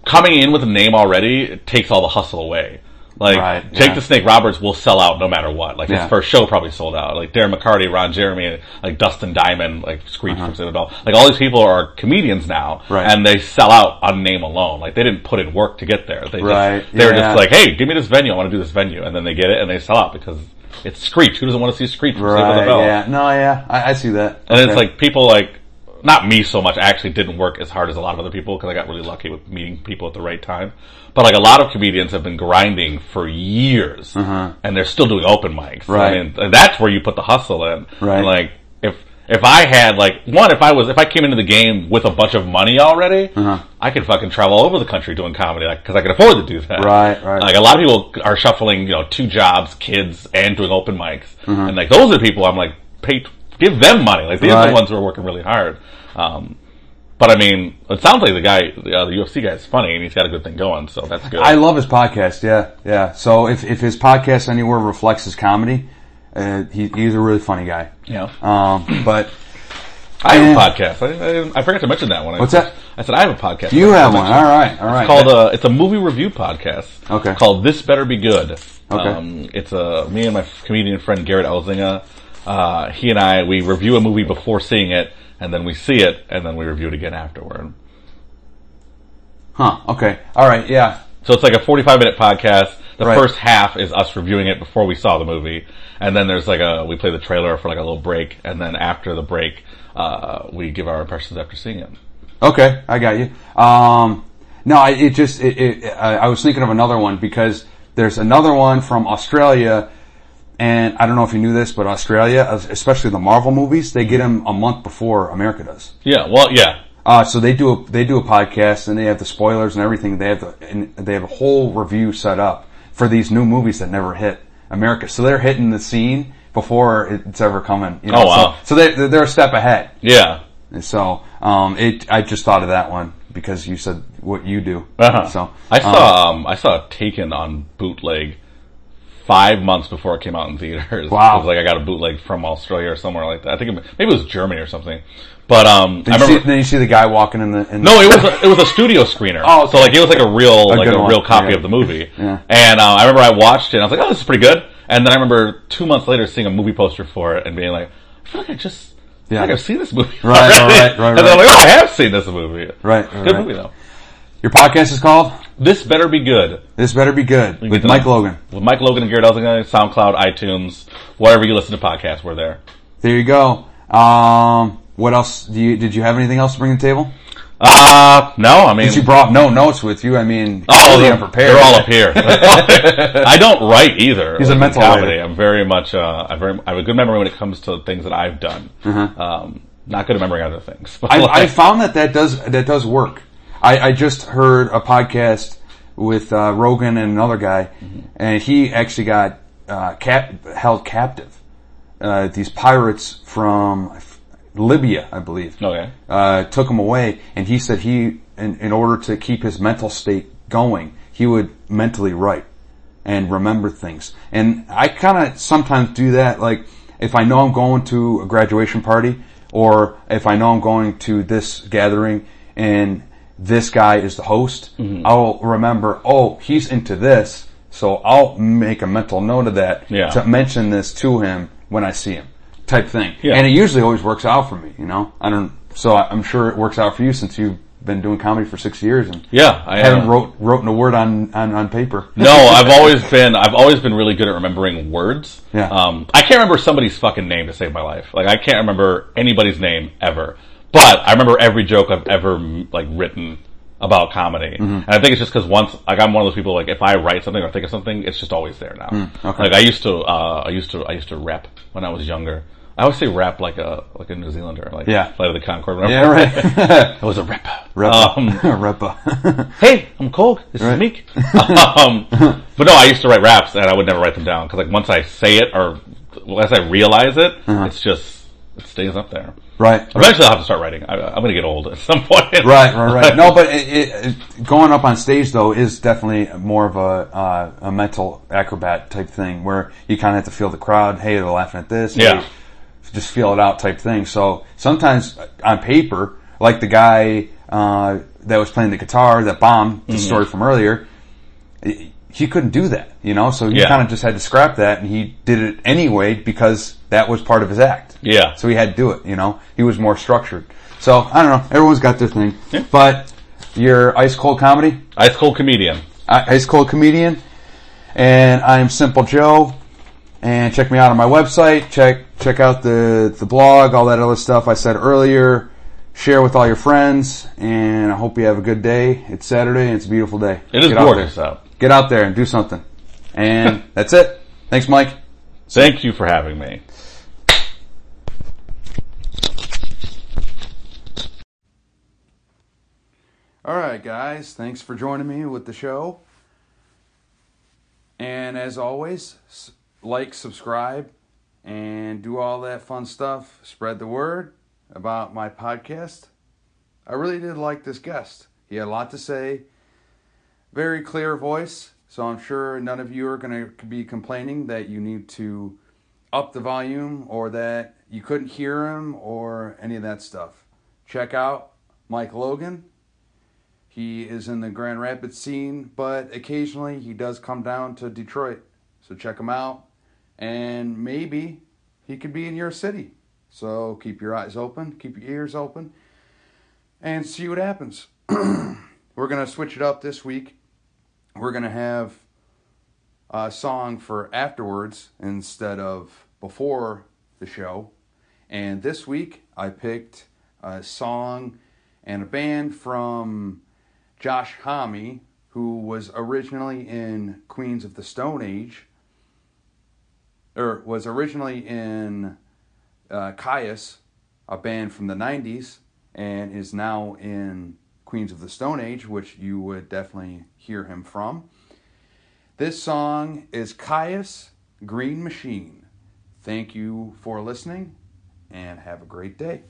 coming in with a name already it takes all the hustle away. Like
Right,
Jake
yeah.
the Snake Roberts will sell out no matter what. Like
Yeah.
his first show probably sold out. Like Darren McCarty, Ron Jeremy, like Dustin Diamond, like Screech from Citadel. Like all these people are comedians now,
Uh-huh. Right.
and they sell out on name alone. Like they didn't put in work to get there. They
Right,
just, they were
yeah.
just like, hey, give me this venue. I want to do this venue, and then they get it and they sell out because it's Screech. Who doesn't want to see Screech? From Saved by the
right.
Bell?
Yeah. No. Yeah. I, I see that.
And
Okay.
it's like people like not me so much. I actually didn't work as hard as a lot of other people because I got really lucky with meeting people at the right time. But like a lot of comedians have been grinding for years, and they're still doing open mics.
Uh-huh. Right.
I mean, and that's where you put the hustle in.
Right.
And like if if I had like one, if I was if I came into the game with a bunch of money already,
Uh-huh.
I could fucking travel all over the country doing comedy because I could afford to do that.
Right, right.
Like a lot of people are shuffling, you know, two jobs, kids, and doing open mics,
Uh-huh.
and like those are the people I'm like, pay, give them money. Like these are the
Right.
ones who are working really hard. Um, but I mean, it sounds like the guy, the, uh, the UFC guy, is funny and he's got a good thing going, so that's good.
I love his podcast. Yeah, yeah. So if, if his podcast anywhere reflects his comedy, uh, he, he's a really funny guy.
yeah.
Um, but
I have a
yeah.
podcast. I, I, didn't- I forgot to mention that one.
What's
I,
that?
I said I have a podcast.
you have one.
Mention-
All right, all right.
It's called uh, it's a movie review podcast.
Okay.
Called This Better Be Good.
Okay.
Um, it's uh, me and my comedian friend Garrett Elzinga. Uh, he and I we review a movie before seeing it, and then we see it, and then we review it again afterward.
huh? Okay. All right. Yeah.
So it's like a 45 minute podcast. The
Right.
first half is us reviewing it before we saw the movie. And then there's like a, we play the trailer for like a little break. And then after the break, uh, we give our impressions after seeing it.
Okay, I got you. Um, no, I, it just it, it, I, I was thinking of another one because there's another one from Australia, and I don't know if you knew this, but Australia, especially the Marvel movies, they get them a month before America does.
Yeah. Well, yeah.
Uh, so they do a, they do a podcast and they have the spoilers and everything. They have the, and they have a whole review set up for these new movies that never hit America. So they're hitting the scene before it's ever coming. You know?
Oh, wow.
So, so they, they're a step ahead.
Yeah.
And so, um, it, I just thought of that one because you said what you do.
Uh-huh.
So
I
um,
saw, um, I saw Taken on bootleg five months before it came out in theaters.
Wow.
It was like I got a bootleg from Australia or somewhere like that. I think it, maybe it was Germany or something. But, um, I
did you
remember.
see, then you see the guy walking in the, in
No, it was a, it was a studio screener.
Oh, okay.
so like it was like a real like
good
a
one.
real copy
Okay.
of the movie.
Yeah.
And uh, I remember I watched it. and I was like, oh, this is pretty good. And then I remember two months later seeing a movie poster for it and being like, I feel like I just I think I've seen this movie.
Right,
already.
right, right,
And then I'm
right.
like, oh, I have seen this movie.
Right.
Good
right.
movie though.
Your podcast is called
This better be good.
This Better Be Good
can
with
get that.
Mike Logan.
With Mike Logan and Garrett Elzinga, SoundCloud, iTunes, wherever you listen to podcasts, we're there.
There you go. Um, what else? Do you, did you have anything else to bring to the table?
Uh, no, I mean,
Since you brought no notes with you, I mean,
oh,
really
they're,
unprepared.
they're all up here. I don't write either.
He's a
Like, in
mental
comedy.
writer.
I'm very much, uh, I very, I have a good memory when it comes to things that I've done. Um, not good at remembering other things. But
Uh-huh. I, I
like-
found that that does that does work. I, I just heard a podcast with uh, Rogan and another guy,
Mm-hmm.
and he actually got uh, cap- held captive. Uh, these pirates from Libya, I believe,
okay.
uh, took him away, and he said he, in, in order to keep his mental state going, he would mentally write and remember things. And I kind of sometimes do that, like if I know I'm going to a graduation party, or if I know I'm going to this gathering, and this guy is the host, I'll remember, oh, he's into this, so I'll make a mental note of that
Yeah.
to mention this to him when I see him, type thing.
Yeah.
And it usually always works out for me, you know. I don't, so I, I'm sure it works out for you since you've been doing comedy for six years and
Yeah. I
haven't
uh,
wrote written a word on on, on paper.
No, I've always been I've always been really good at remembering words.
Yeah.
Um, I can't remember somebody's fucking name to save my life. Like I can't remember anybody's name ever. But I remember every joke I've ever mm, like written about comedy,
Mm-hmm.
and I think it's just because once like I'm one of those people like if I write something or think of something, it's just always there now.
Mm, okay.
Like I used to uh, I used to I used to rap when I was younger. I always say rap like a like a New Zealander, like
Yeah.
Flight of the Concord. Remember?
Yeah, right.
I was a rapper.
Repa.
Um,
Repa.
hey, I'm Cole. This is Meek. um, but no, I used to write raps, and I would never write them down because like once I say it or once I realize it,
Uh-huh.
it's just it stays up there.
right. Right.
Eventually, I'll have to start writing. I, I'm going to get old at some point.
Right, right, right. No, but it, it, it, going up on stage though is definitely more of a uh, a mental acrobat type thing where you kind of have to feel the crowd. Hey, they're laughing at this.
Yeah.
Hey, just feel it out type thing. So sometimes uh, on paper, like the guy uh, that was playing the guitar that bombed the story from earlier, he- he couldn't do that. You know, so he
Yeah.
kind of just had to scrap that, and he did it anyway because that was part of his act.
Yeah.
So he had to do it, you know? He was more structured. So, I don't know. Everyone's got their thing. But your ice cold comedy,
Ice cold comedian.
I- ice cold comedian, and I'm Simple Joe. And check me out on my website. Check check out the, the blog, all that other stuff I said earlier. Share with all your friends, and I hope you have a good day. It's Saturday, and it's a beautiful day.
It is
Get out
gorgeous
there.
out.
Get out there and do something. And that's it. Thanks, Mike.
Thank you for having me.
All right, guys, thanks for joining me with the show. And as always, s- like, subscribe, and do all that fun stuff. Spread the word about my podcast. I really did like this guest. He had a lot to say, very clear voice. So I'm sure none of you are going to be complaining that you need to up the volume or that you couldn't hear him or any of that stuff. Check out Mike Logan. He is in the Grand Rapids scene, but occasionally he does come down to Detroit. So check him out. And maybe he could be in your city. So keep your eyes open, keep your ears open, and see what happens. We're going to switch it up this week. We're going to have a song for afterwards instead of before the show. And this week I picked a song and a band from Josh Homme, who was originally in Queens of the Stone Age, or was originally in uh, Caius, a band from the 90s, and is now in Queens of the Stone Age, which you would definitely hear him from. This song is Caius Green Machine. Thank you for listening and have a great day.